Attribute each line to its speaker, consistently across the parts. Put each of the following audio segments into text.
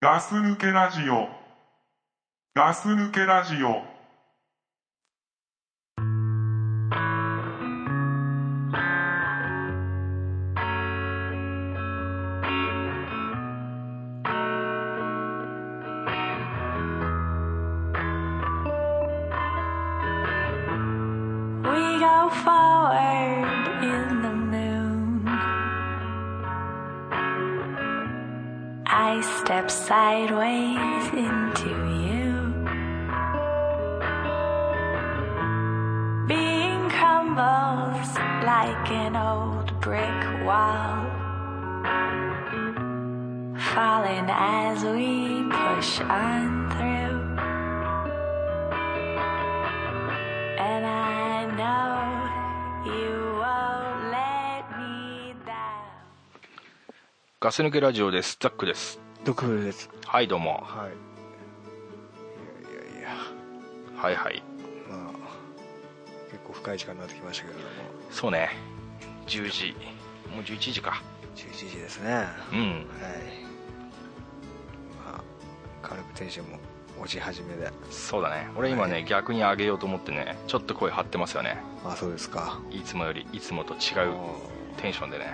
Speaker 1: ガス抜けラジオ。ガス抜けラジオ。
Speaker 2: We go forward in the moon. I step sideways into you. Being crumbles like an old brick wall. Falling as we push on through. And I know you won't let me down.
Speaker 3: ガス抜けラジオです。ザックです。
Speaker 4: ドクブルです
Speaker 3: はい、どうも。
Speaker 4: はいいやいやいや
Speaker 3: はいはい。
Speaker 4: まあ結構深い時間になってきましたけれども
Speaker 3: そうね。10時。もう11時か。
Speaker 4: 11時ですねはい
Speaker 3: うん。
Speaker 4: まあ軽くテンションも落ち始めで
Speaker 3: そうだね。俺今ね、
Speaker 4: はい
Speaker 3: 逆に上げようと思ってね、ちょっと声張ってますよね。
Speaker 4: あそうですか
Speaker 3: いつもより、いつもと違
Speaker 4: あ
Speaker 3: うテンションでね、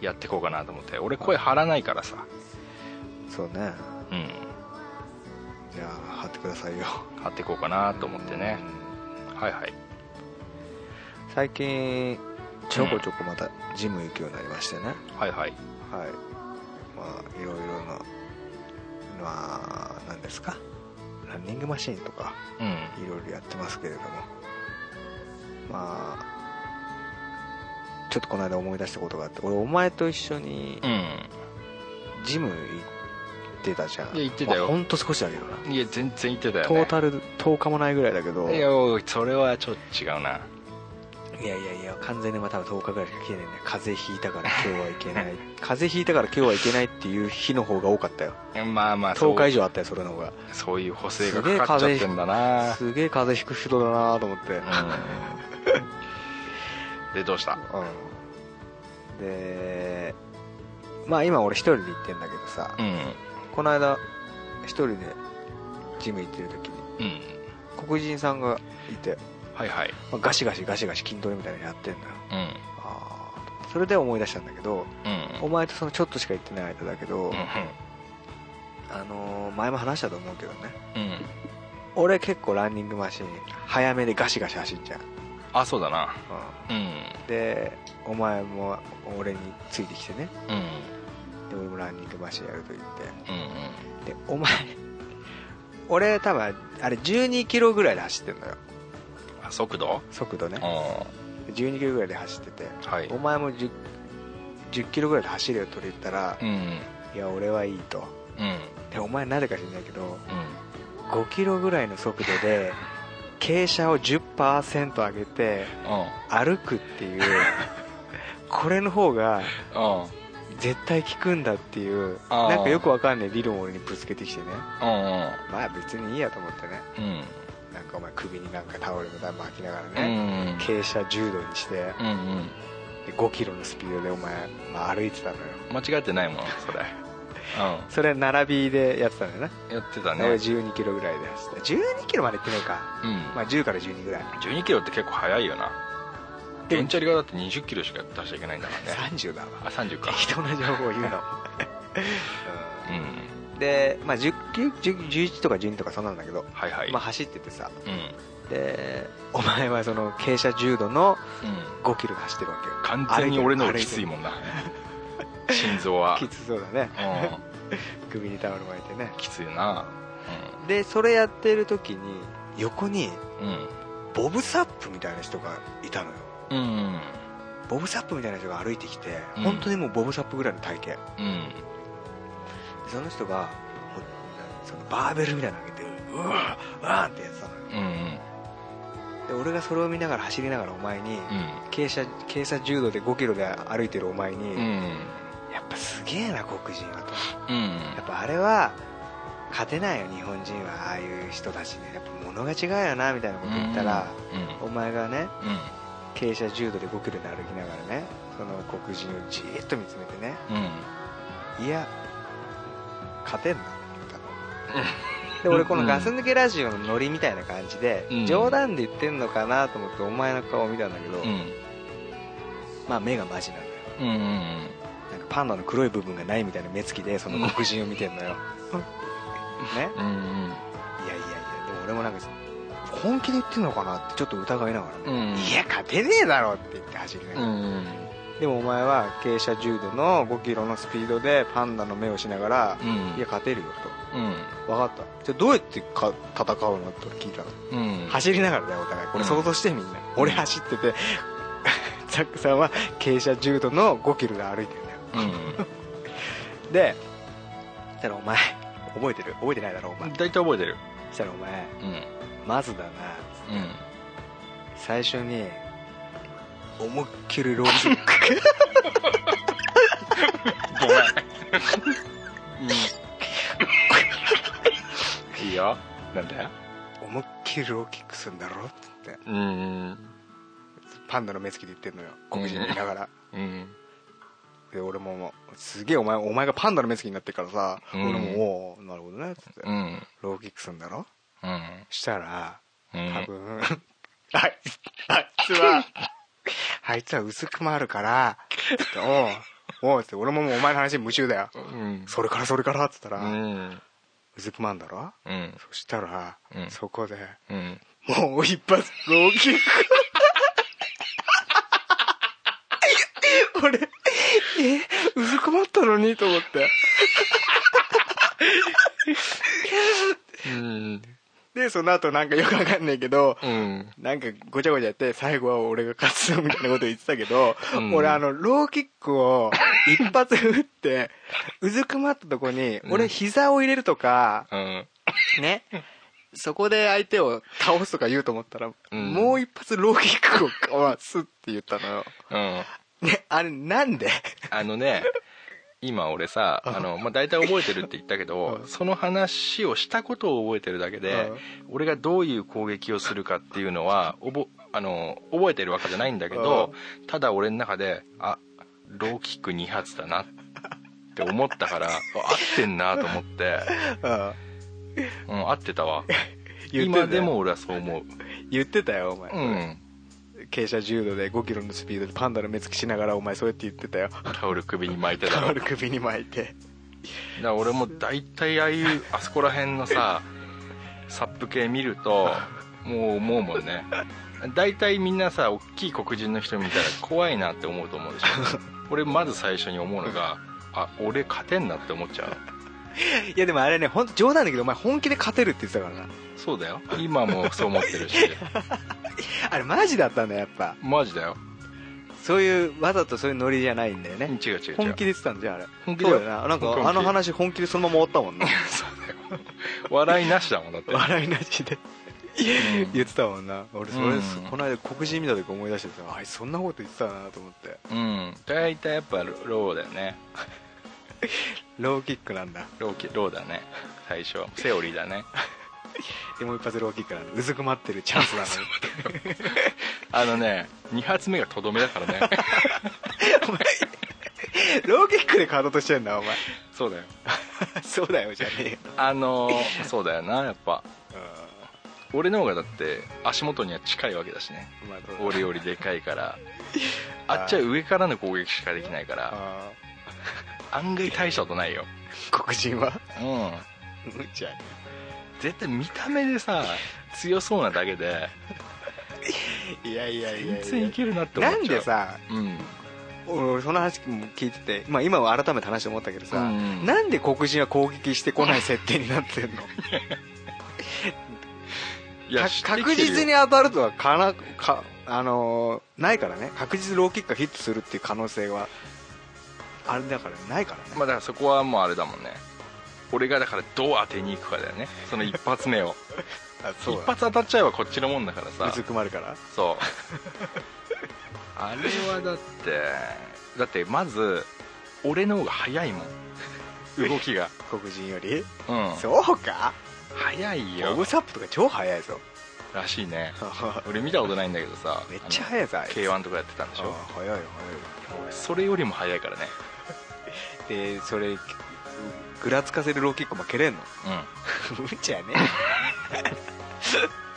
Speaker 3: やってこうかなと思って。俺声張らないからさ。
Speaker 4: ーそうね
Speaker 3: うん。
Speaker 4: じゃあ貼ってくださいよ
Speaker 3: 張ってこうかなと思ってね。はいはい。
Speaker 4: 最近ちょこちょこまたジム行くようになりましてね、
Speaker 3: はいはい。
Speaker 4: はいまあいろいろなまあ何ですかランニングマシンとか
Speaker 3: うん。
Speaker 4: いろいろやってますけれどもまあちょっとこの間思い出したことがあって俺お前と一緒に
Speaker 3: う
Speaker 4: ジム行ってたじゃん
Speaker 3: いや行ってたよ
Speaker 4: まあほんと少しだけどな、
Speaker 3: ん。いや、全然言ってたよ
Speaker 4: ト
Speaker 3: ね。
Speaker 4: ータル10日もないぐらいだけど
Speaker 3: い
Speaker 4: いや
Speaker 3: や、おいそれはちょっと違うな。
Speaker 4: いやいや完全にまあ多分10日ぐらいしか来てないんだよ風邪ひいたから今日はい けない風邪ひいたから今日はいけないっていう日の方が多かったよ
Speaker 3: まあまあ、そう
Speaker 4: 10日以上あったよそれの方が
Speaker 3: そういう補正がかかっちゃってんだな
Speaker 4: すげえ風邪ひく人だなと思って、
Speaker 3: うんでどうした
Speaker 4: うん、でまあ今俺一人で行ってんだけどさ、
Speaker 3: うん
Speaker 4: この間一人でジム行ってる時に
Speaker 3: うん
Speaker 4: 黒人さんがいて、
Speaker 3: はいはい
Speaker 4: まあガシガシガシガシ筋トレみたいなのやってんだよ
Speaker 3: うん
Speaker 4: あーそれで思い出したんだけど
Speaker 3: うん
Speaker 4: お前とそのちょっとしか行ってない間だけ
Speaker 3: う
Speaker 4: ど、
Speaker 3: ん
Speaker 4: あのー前も話したと思うけどね
Speaker 3: うんうん
Speaker 4: 俺結構ランニングマシン早めでガシガシ走っちゃう、
Speaker 3: あそうだな
Speaker 4: う
Speaker 3: うん
Speaker 4: んでお前も俺についてきてね
Speaker 3: うん
Speaker 4: で俺もランニングマシンやると言って
Speaker 3: うん
Speaker 4: でお前 俺多分あれ12キロぐらいで走ってんのよ
Speaker 3: あ速度
Speaker 4: 速度ね
Speaker 3: うんは
Speaker 4: 12キロぐらいで走ってて
Speaker 3: い
Speaker 4: お前も 10, 10キロぐらいで走れよと言ったら、
Speaker 3: うん
Speaker 4: いや俺はいいと
Speaker 3: うん
Speaker 4: でお前なぜか知んないけど5キロぐらいの速度 で傾斜を10%上げて
Speaker 3: う
Speaker 4: 歩くって いうこれの方が
Speaker 3: んうんうん
Speaker 4: 絶対効くんだっていう
Speaker 3: あー
Speaker 4: なんかよくわかんない理論を俺にぶつけてきてね
Speaker 3: うん
Speaker 4: まあ別にいいやと思ってね
Speaker 3: うん
Speaker 4: なんかお前首になんかタオルの段巻きなが
Speaker 3: う
Speaker 4: らね、
Speaker 3: ん
Speaker 4: 傾斜10度にしてで
Speaker 3: うんうん
Speaker 4: 5キロのスピードでお前、まあ、歩いてたのよ
Speaker 3: 間違ってないもんそれ
Speaker 4: それ並びでやってたんだよな、
Speaker 3: うんやってた
Speaker 4: 俺
Speaker 3: ね
Speaker 4: 12キロぐらいで走って12キロまで行ってないか、
Speaker 3: うん
Speaker 4: まあ、10から12ぐらい
Speaker 3: 12キロって結構速いよな
Speaker 4: で
Speaker 3: ベンチャリがだって20キロしか出しちゃいけないんだからね
Speaker 4: 30だわ
Speaker 3: あ30か
Speaker 4: 適当な情報を言うの、
Speaker 3: うん
Speaker 4: うんで、まあ、10 10 11とか12とかそうなんだけど、
Speaker 3: はいはい、
Speaker 4: まあ、走っててさ
Speaker 3: うん
Speaker 4: でお前はその傾斜10度の
Speaker 3: うん、
Speaker 4: 5キロ走ってるわけよ
Speaker 3: 完全に俺の方がきついもんな心臓は、
Speaker 4: きつそうだね
Speaker 3: う
Speaker 4: 首にタオル巻いてね
Speaker 3: ん、きついな
Speaker 4: でそれやってる時に横に
Speaker 3: うんうん
Speaker 4: ボブ・サップみたいな人がいたのよ
Speaker 3: うんうん
Speaker 4: ボブ・サップみたいな人が歩いてきて、
Speaker 3: うん
Speaker 4: 本当にもうボブ・サップぐらいの体型で
Speaker 3: うん
Speaker 4: その人がほそのバーベルみたいなの上げてうわーうわーってやってたのよ
Speaker 3: うんうん
Speaker 4: で俺がそれを見ながら走りながらお前に、傾斜傾斜10度で5キロで歩いてるお前
Speaker 3: う
Speaker 4: に、
Speaker 3: んうん
Speaker 4: やっぱすげえな黒人はと
Speaker 3: うん
Speaker 4: やっぱあれは勝てないよ日本人はああいう人たちねやっぱ物が違うよなみたいなこと言ったら、
Speaker 3: うん
Speaker 4: お前が
Speaker 3: う
Speaker 4: ね
Speaker 3: ん
Speaker 4: 傾斜10度で5キロで歩きながらねその黒人をじーっと見つめてね
Speaker 3: うん
Speaker 4: いや勝てんな多分で俺このガス抜けラジオのノリみたいな感じで、
Speaker 3: うん
Speaker 4: 冗談で言ってんのかなと思ってお前の顔を見たんだけど、
Speaker 3: うん
Speaker 4: まあ目がマジなんだよ
Speaker 3: うんうん
Speaker 4: なんかパンダの黒い部分がないみたいな目つきでその黒人を見てんのよ、 ね
Speaker 3: うんうん
Speaker 4: いやいやいやでも俺もなんか本気で言ってんのかなってちょっと疑いながらね、
Speaker 3: うん
Speaker 4: いや勝てねえだろって言って走りなが
Speaker 3: う
Speaker 4: ら、
Speaker 3: ん
Speaker 4: でもお前は傾斜10度の5キロのスピードでパンダの目をしながら、
Speaker 3: うん
Speaker 4: いや勝てるよ
Speaker 3: うん
Speaker 4: と分かったじゃあどうやってか戦うのって聞いたの、
Speaker 3: うん
Speaker 4: 走りながらだよお互いこれ想像してみんな、俺走って てザックさんは傾斜10度の5キロで歩いてるんだよ
Speaker 3: うん
Speaker 4: でそしたらお前覚えてる覚えてないだろお前
Speaker 3: 大体覚えてる
Speaker 4: そしたらお前
Speaker 3: うん
Speaker 4: まずだな
Speaker 3: うん
Speaker 4: 最初に思いっきりローキッ ク
Speaker 3: ごめんいいよなんだよ
Speaker 4: 思いっきりローキックするんだろって言って
Speaker 3: うん
Speaker 4: パンダの目つきで言ってんのよ黒人見ながら
Speaker 3: うん
Speaker 4: で俺ももうすげえお前お前がパンダの目つきになってっからさ、
Speaker 3: うん
Speaker 4: 俺もおおなるほどねっつって、
Speaker 3: うん
Speaker 4: ローキックするんだろ
Speaker 3: うん
Speaker 4: したら
Speaker 3: う
Speaker 4: 多
Speaker 3: ん
Speaker 4: 分、 あいあいつはあいつは薄く回るからつっておうおうっつって俺ももうお前の話に夢中だよ
Speaker 3: うん
Speaker 4: それからそれからっつった
Speaker 3: う
Speaker 4: ら、
Speaker 3: ん
Speaker 4: 薄く回るんだろ
Speaker 3: うん
Speaker 4: そしたら、
Speaker 3: うん
Speaker 4: そこで
Speaker 3: うん
Speaker 4: もう一発ローキッ ク俺えうずくまったのにと思って
Speaker 3: うん
Speaker 4: でその後なんかよくわかんないけど
Speaker 3: うん
Speaker 4: なんかごちゃごちゃやって最後は俺が勝つぞみたいなこと言ってたけど、
Speaker 3: うん
Speaker 4: 俺あのローキッ クを一発打ってうずくまったとこに俺膝を入れるとか、
Speaker 3: うん
Speaker 4: ねそこで相手を倒すとか言うと思ったら、
Speaker 3: うん
Speaker 4: もう一発ローキックをかわすって言ったのよ
Speaker 3: うん
Speaker 4: ね、あれなん で
Speaker 3: あのね今俺さあの、まあ、大体覚えてるって言ったけど、その話をしたことを覚えてるだけで、俺がどういう攻撃をするかっていうのはおぼあの覚えてるわけじゃないんだけど、ただ俺の中であローキック2発だなって思った からあ合ってんなと思って、
Speaker 4: うん
Speaker 3: うん、合ってたわ
Speaker 4: 言ってたよ
Speaker 3: 今でも俺はそう思う
Speaker 4: 言ってたよお前、
Speaker 3: うん
Speaker 4: 傾斜10度で5キロのスピードでパンダの目つきしながらお前そうやって言ってたよ
Speaker 3: タオル首に巻いてた
Speaker 4: タ
Speaker 3: ろ
Speaker 4: オル首に巻いて
Speaker 3: だから俺も大体ああいうあそこら辺の さサップ系見るともう思うもんね大体みんなさ大きい黒人の人見たら怖いなって思うと思うでしょ俺まず最初に思うのがあ俺勝てんなって思っちゃう
Speaker 4: いやでもあれね本当冗談だけどお前本気で勝てるって言ってたからな
Speaker 3: そうだよ今もそう思ってるし
Speaker 4: あれマジだったんだやっぱ
Speaker 3: マジだよ
Speaker 4: そういうわざとそういうノリじゃないんだよ
Speaker 3: 違う
Speaker 4: ね
Speaker 3: 違う違う
Speaker 4: 本気で言ってたんじゃんあれ
Speaker 3: 本気だ
Speaker 4: そ
Speaker 3: よ
Speaker 4: うだよなな
Speaker 3: 本
Speaker 4: ん
Speaker 3: 気本気
Speaker 4: かあの話本気でそのまま終わったもんな
Speaker 3: 笑いなしだもんだって
Speaker 4: 笑いなしで
Speaker 3: うん
Speaker 4: 言ってたもんな俺それ、
Speaker 3: うん
Speaker 4: この間黒人見た時思い出してさあいつそんなこと言ってたなと思って
Speaker 3: うん大体やっぱローだよね
Speaker 4: ローキックなんだ
Speaker 3: ローキローだね最初セオリーだね
Speaker 4: でもう一発ローキックなんだうずくまってるチャンスなのよ
Speaker 3: あのね2発目がとどめだから ね
Speaker 4: ローキックでカードとしてんだお前
Speaker 3: そうだよ
Speaker 4: そうだよじゃねえよ
Speaker 3: あのーそうだよなやっぱ俺の方がだって足元には近いわけだしね
Speaker 4: うんまあどうだ
Speaker 3: 俺よりでかいからあっちは上からの攻撃しかできないから
Speaker 4: あ
Speaker 3: 案外大したことないよ
Speaker 4: ー黒人は
Speaker 3: うん
Speaker 4: うんじゃあ
Speaker 3: 絶対見た目でさ強そうなだけで
Speaker 4: いやいやいや
Speaker 3: 全然いけるなって思っち
Speaker 4: な
Speaker 3: ゃうん
Speaker 4: でさ
Speaker 3: うん
Speaker 4: 俺俺その話も聞いてて、まあ、今は改めて話して思ったけどさ、
Speaker 3: うん
Speaker 4: なんで黒人は攻撃してこない設定になってんの
Speaker 3: いや
Speaker 4: か
Speaker 3: 知ってきてるよ
Speaker 4: 確実に当たるとはかなか、あのーないからね確実ローキックがヒットするっていう可能性はあれだからないからね、
Speaker 3: まあだからそこはもうあれだもんね俺がだからどう当てに行くかだよねその一発目を
Speaker 4: あ、
Speaker 3: 一
Speaker 4: そうだ
Speaker 3: 発当たっちゃえばこっちのもんだからさ
Speaker 4: うずくまるから
Speaker 3: そうあれはだってだってまず俺の方が早いもん動きが
Speaker 4: 黒人より、
Speaker 3: うん
Speaker 4: そうか
Speaker 3: 早い
Speaker 4: ボ
Speaker 3: よ
Speaker 4: ブサップとか超速いぞ
Speaker 3: らしいね俺見たことないんだけどさ
Speaker 4: めっちゃ速いぞあいつ
Speaker 3: k 1とかやってたんでしょ
Speaker 4: あー速いよ
Speaker 3: それよりも早いからね
Speaker 4: 速いでそれぐらつかせるローキックも蹴れんの
Speaker 3: うん
Speaker 4: 無茶ねあそうなんだ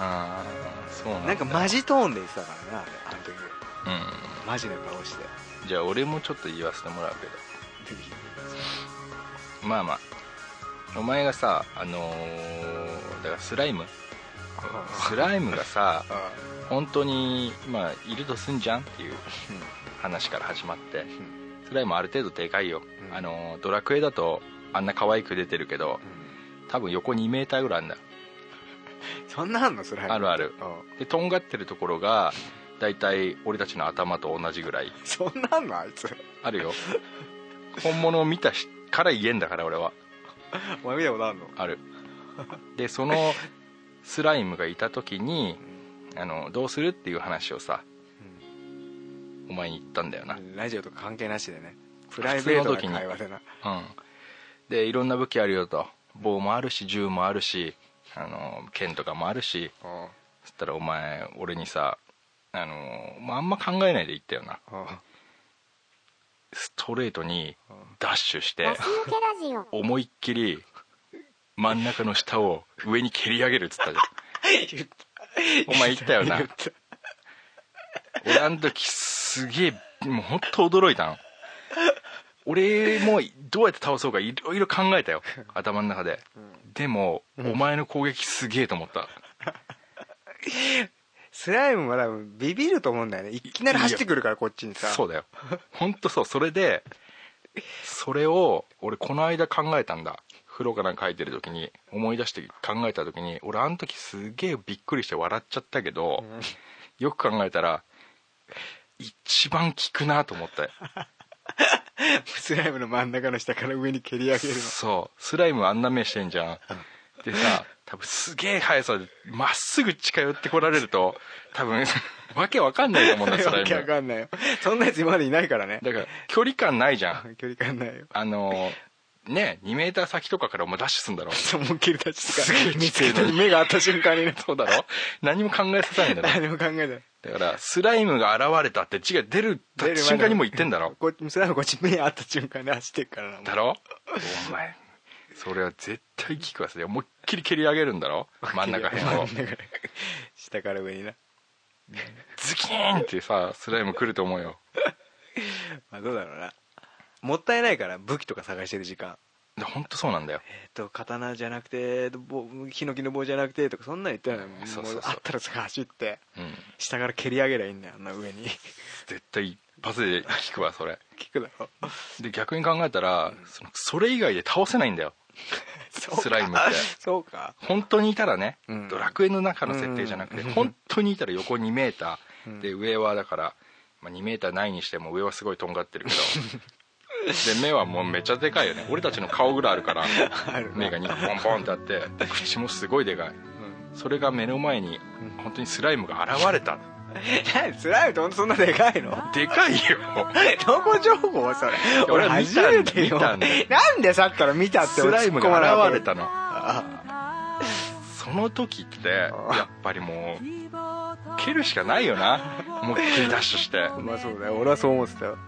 Speaker 3: ああそうなんだ
Speaker 4: なんかマジトーンで言ってたからなあれあの時
Speaker 3: う
Speaker 4: マジの顔して
Speaker 3: んじゃあ俺もちょっと言わせてもらうけどまあまあお前がさあのーだからスライムスライムがさ
Speaker 4: あ
Speaker 3: 本当にまあいるとすんじゃんっていう話から始まってスライムある程度でかいよ、
Speaker 4: うん
Speaker 3: あのードラクエだとあんな可愛く出てるけど多分横2メーターぐらいあるんだ
Speaker 4: そんなあんのそれ
Speaker 3: あるある
Speaker 4: うん
Speaker 3: でとんがってるところがだいたい俺たちの頭と同じぐらい
Speaker 4: そんなあんのあいつ
Speaker 3: あ るよ本物を見たしから言えんだから俺は
Speaker 4: お前見たことあんの
Speaker 3: あるでそのスライムがいた時にあのどうするっていう話をさお前に言ったんだよなうん
Speaker 4: ラジオとか関係なしでねプライベートな会話でな
Speaker 3: でいろんな武器あるよと棒もあるし銃もあるしあの剣とかもあるし
Speaker 4: うんうん
Speaker 3: そしたらお前俺にさあのまああんま考えないで言ったよなストレートにダッシュして思いっきり真ん中の下を上に蹴り上げるっつったじゃん
Speaker 4: 言った
Speaker 3: お前言ったよな
Speaker 4: 言った
Speaker 3: 俺あの時すげえもう本当驚いたの俺もどうやって倒そうかいろいろ考えたよ頭の中で、でも、お前の攻撃すげえと思った
Speaker 4: スライムは多分ビビると思うんだよねいきなり走ってくるからこっちにさ
Speaker 3: そうだよ本当そうそれでそれを俺この間考えたんだ風呂から帰ってる時に思い出して考えた時に俺あの時すげえびっくりして笑っちゃったけど、よく考えたら一番効くなと思って
Speaker 4: スライムの真ん中の下から上に蹴り上げるの
Speaker 3: そうスライムあんな目してんじゃんでさ多分すげえ速さでまっすぐ近寄ってこられると多分 わけわかんないと思うんだスライ
Speaker 4: わ
Speaker 3: ム
Speaker 4: けわ
Speaker 3: だ
Speaker 4: かんないよそんなやつ今までいないからね
Speaker 3: から距離感ないじゃん
Speaker 4: 距離感ないよ
Speaker 3: あのね2メーター先とかからお前ダッシュすんだろ
Speaker 4: 思いっきり出し
Speaker 3: すげえ
Speaker 4: て見つけた目が合った瞬間にね
Speaker 3: そうだろ何も考えさせないんだろ
Speaker 4: 何も考えない
Speaker 3: だからスライムが現れたって字が出る瞬間にもう言ってんだろ
Speaker 4: こっちスライムこっち目合った瞬間に走ってっからなもう
Speaker 3: だろお前それは絶対効くわそれ思いっきり蹴り上げるんだ ろ真ん中辺を
Speaker 4: 真ん中下から上にな
Speaker 3: ズキーンってさスライム来ると思うよ
Speaker 4: まあどうだろうなもったいないから武器とか探してる時間
Speaker 3: で本当そうなんだよ
Speaker 4: えっと刀じゃなくてぼヒノキの棒じゃなくてとかそんなん言ったらも
Speaker 3: そうそうそう
Speaker 4: うあったらすぐ走って
Speaker 3: うん
Speaker 4: 下から蹴り上げりゃいいんだよあんな上に
Speaker 3: 絶対一発で効くわそれ
Speaker 4: 聞くだろ
Speaker 3: で逆に考えたらそのそれ以外で倒せないんだよ
Speaker 4: そうか
Speaker 3: スライムって
Speaker 4: そうか
Speaker 3: 本当にいたらね、
Speaker 4: うん
Speaker 3: ドラクエの中の設定じゃなくて、
Speaker 4: うん
Speaker 3: 本当にいたら横2メーター、
Speaker 4: ん
Speaker 3: で上はだから、まあ、2メーターないにしても上はすごいとんがってるけどで目はもうめっちゃでかいよね俺たちの顔ぐらいあるから
Speaker 4: るな
Speaker 3: 目が2個ボンボンってあって口もすごいでかいそれが目の前に本当にスライムが現れた
Speaker 4: 何スライムってほんとそんなでかいの
Speaker 3: でかいよ
Speaker 4: どこ情報それ
Speaker 3: 俺
Speaker 4: 俺
Speaker 3: は見
Speaker 4: 初
Speaker 3: たんだ
Speaker 4: めてよ
Speaker 3: 見たんだ
Speaker 4: なんでさっきから見たって
Speaker 3: ス
Speaker 4: 俺
Speaker 3: ライム
Speaker 4: 突っ込まなか
Speaker 3: が
Speaker 4: った
Speaker 3: 現れたの
Speaker 4: あ
Speaker 3: その時ってやっぱりもう蹴るしかないよ な思いっきりダッシュして
Speaker 4: あまあそうだよ俺はそう思ってたよ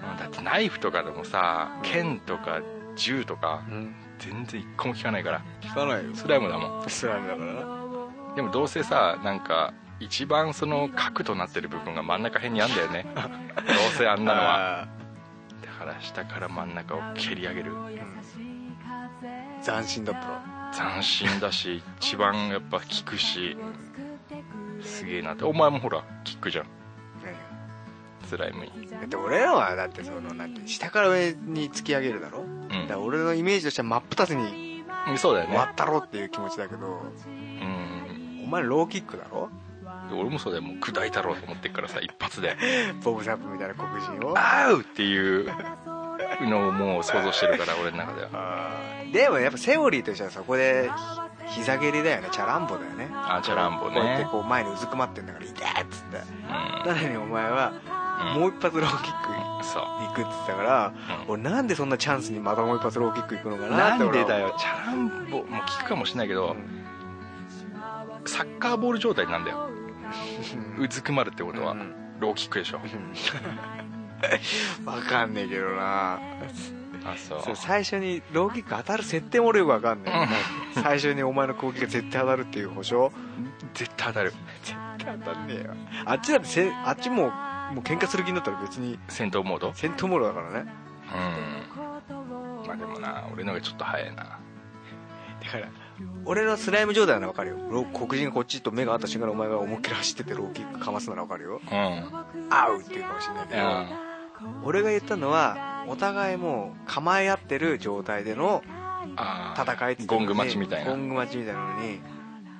Speaker 3: まあだってナイフとかでもさ剣とか銃とか
Speaker 4: うん
Speaker 3: 全然一個も効かないから
Speaker 4: 聞かないよ
Speaker 3: スライムだも
Speaker 4: スライムだからなん
Speaker 3: でもどうせさなんか一番その核となってる部分が真ん中辺にあんだよ ねどうせあんなのは
Speaker 4: あ
Speaker 3: だから下から真ん中を蹴り上げる
Speaker 4: ー斬新だったろ
Speaker 3: 斬新だし一番やっぱ効くしすげえなってお前もほらキックじゃん
Speaker 4: 何が
Speaker 3: スライムに
Speaker 4: だって俺らはだってそのなんて下から上に突き上げるだろ、だから俺のイメージとしては真っ二つに
Speaker 3: うんそうだよね
Speaker 4: 割ったろっていう気持ちだけど
Speaker 3: うん
Speaker 4: お前ローキックだろ
Speaker 3: 俺もそうだよもう砕いたろうと思ってっからさ一発で
Speaker 4: ボブサップみたいな黒人を
Speaker 3: あうっていうのをもう想像してるから俺の中では
Speaker 4: あーでもやっぱセオリーとしてはそこでひ膝蹴りだよねチャランボだよね
Speaker 3: あチャランボ
Speaker 4: こうやって
Speaker 3: ね
Speaker 4: こう前にうずくまってんだから「痛っ!」っつって
Speaker 3: う
Speaker 4: なのにお前は
Speaker 3: うん
Speaker 4: もう一発ローキック
Speaker 3: んそう
Speaker 4: 行くっつってたから、
Speaker 3: うん
Speaker 4: 俺なんでそんなチャンスにまたもう一発ローキック行くのかな
Speaker 3: な
Speaker 4: って
Speaker 3: ん
Speaker 4: 俺
Speaker 3: で
Speaker 4: は
Speaker 3: だよチャランボも聞くかもしれないけど、サッカーボール状態なんだようずくまるってことは、
Speaker 4: うん
Speaker 3: ローキックでしょ、
Speaker 4: わかんねえけどな
Speaker 3: あそう
Speaker 4: そう最初にローキック当たる設定も俺よくわかんない最初にお前の攻撃が絶対当たるっていう保証
Speaker 3: 絶対当たる
Speaker 4: 絶対当たんねえよあっちだってせあっちももう喧嘩する気になったら別に
Speaker 3: 戦闘モードうん
Speaker 4: 戦闘モードだからね
Speaker 3: まあでもな俺のがちょっと早いな
Speaker 4: だから俺のスライム状態ならわかるよロ黒人がこっちと目が合った瞬間にお前が思いっきり走ってってローキックかますならわかるよ
Speaker 3: うん
Speaker 4: 合うっていうかもしれないけど、俺が言ったのはお互いもう構え合ってる状態での
Speaker 3: あー
Speaker 4: 戦いっつってんのに
Speaker 3: ゴングマッチみたい
Speaker 4: ゴ
Speaker 3: な
Speaker 4: ングマッチみたいなのに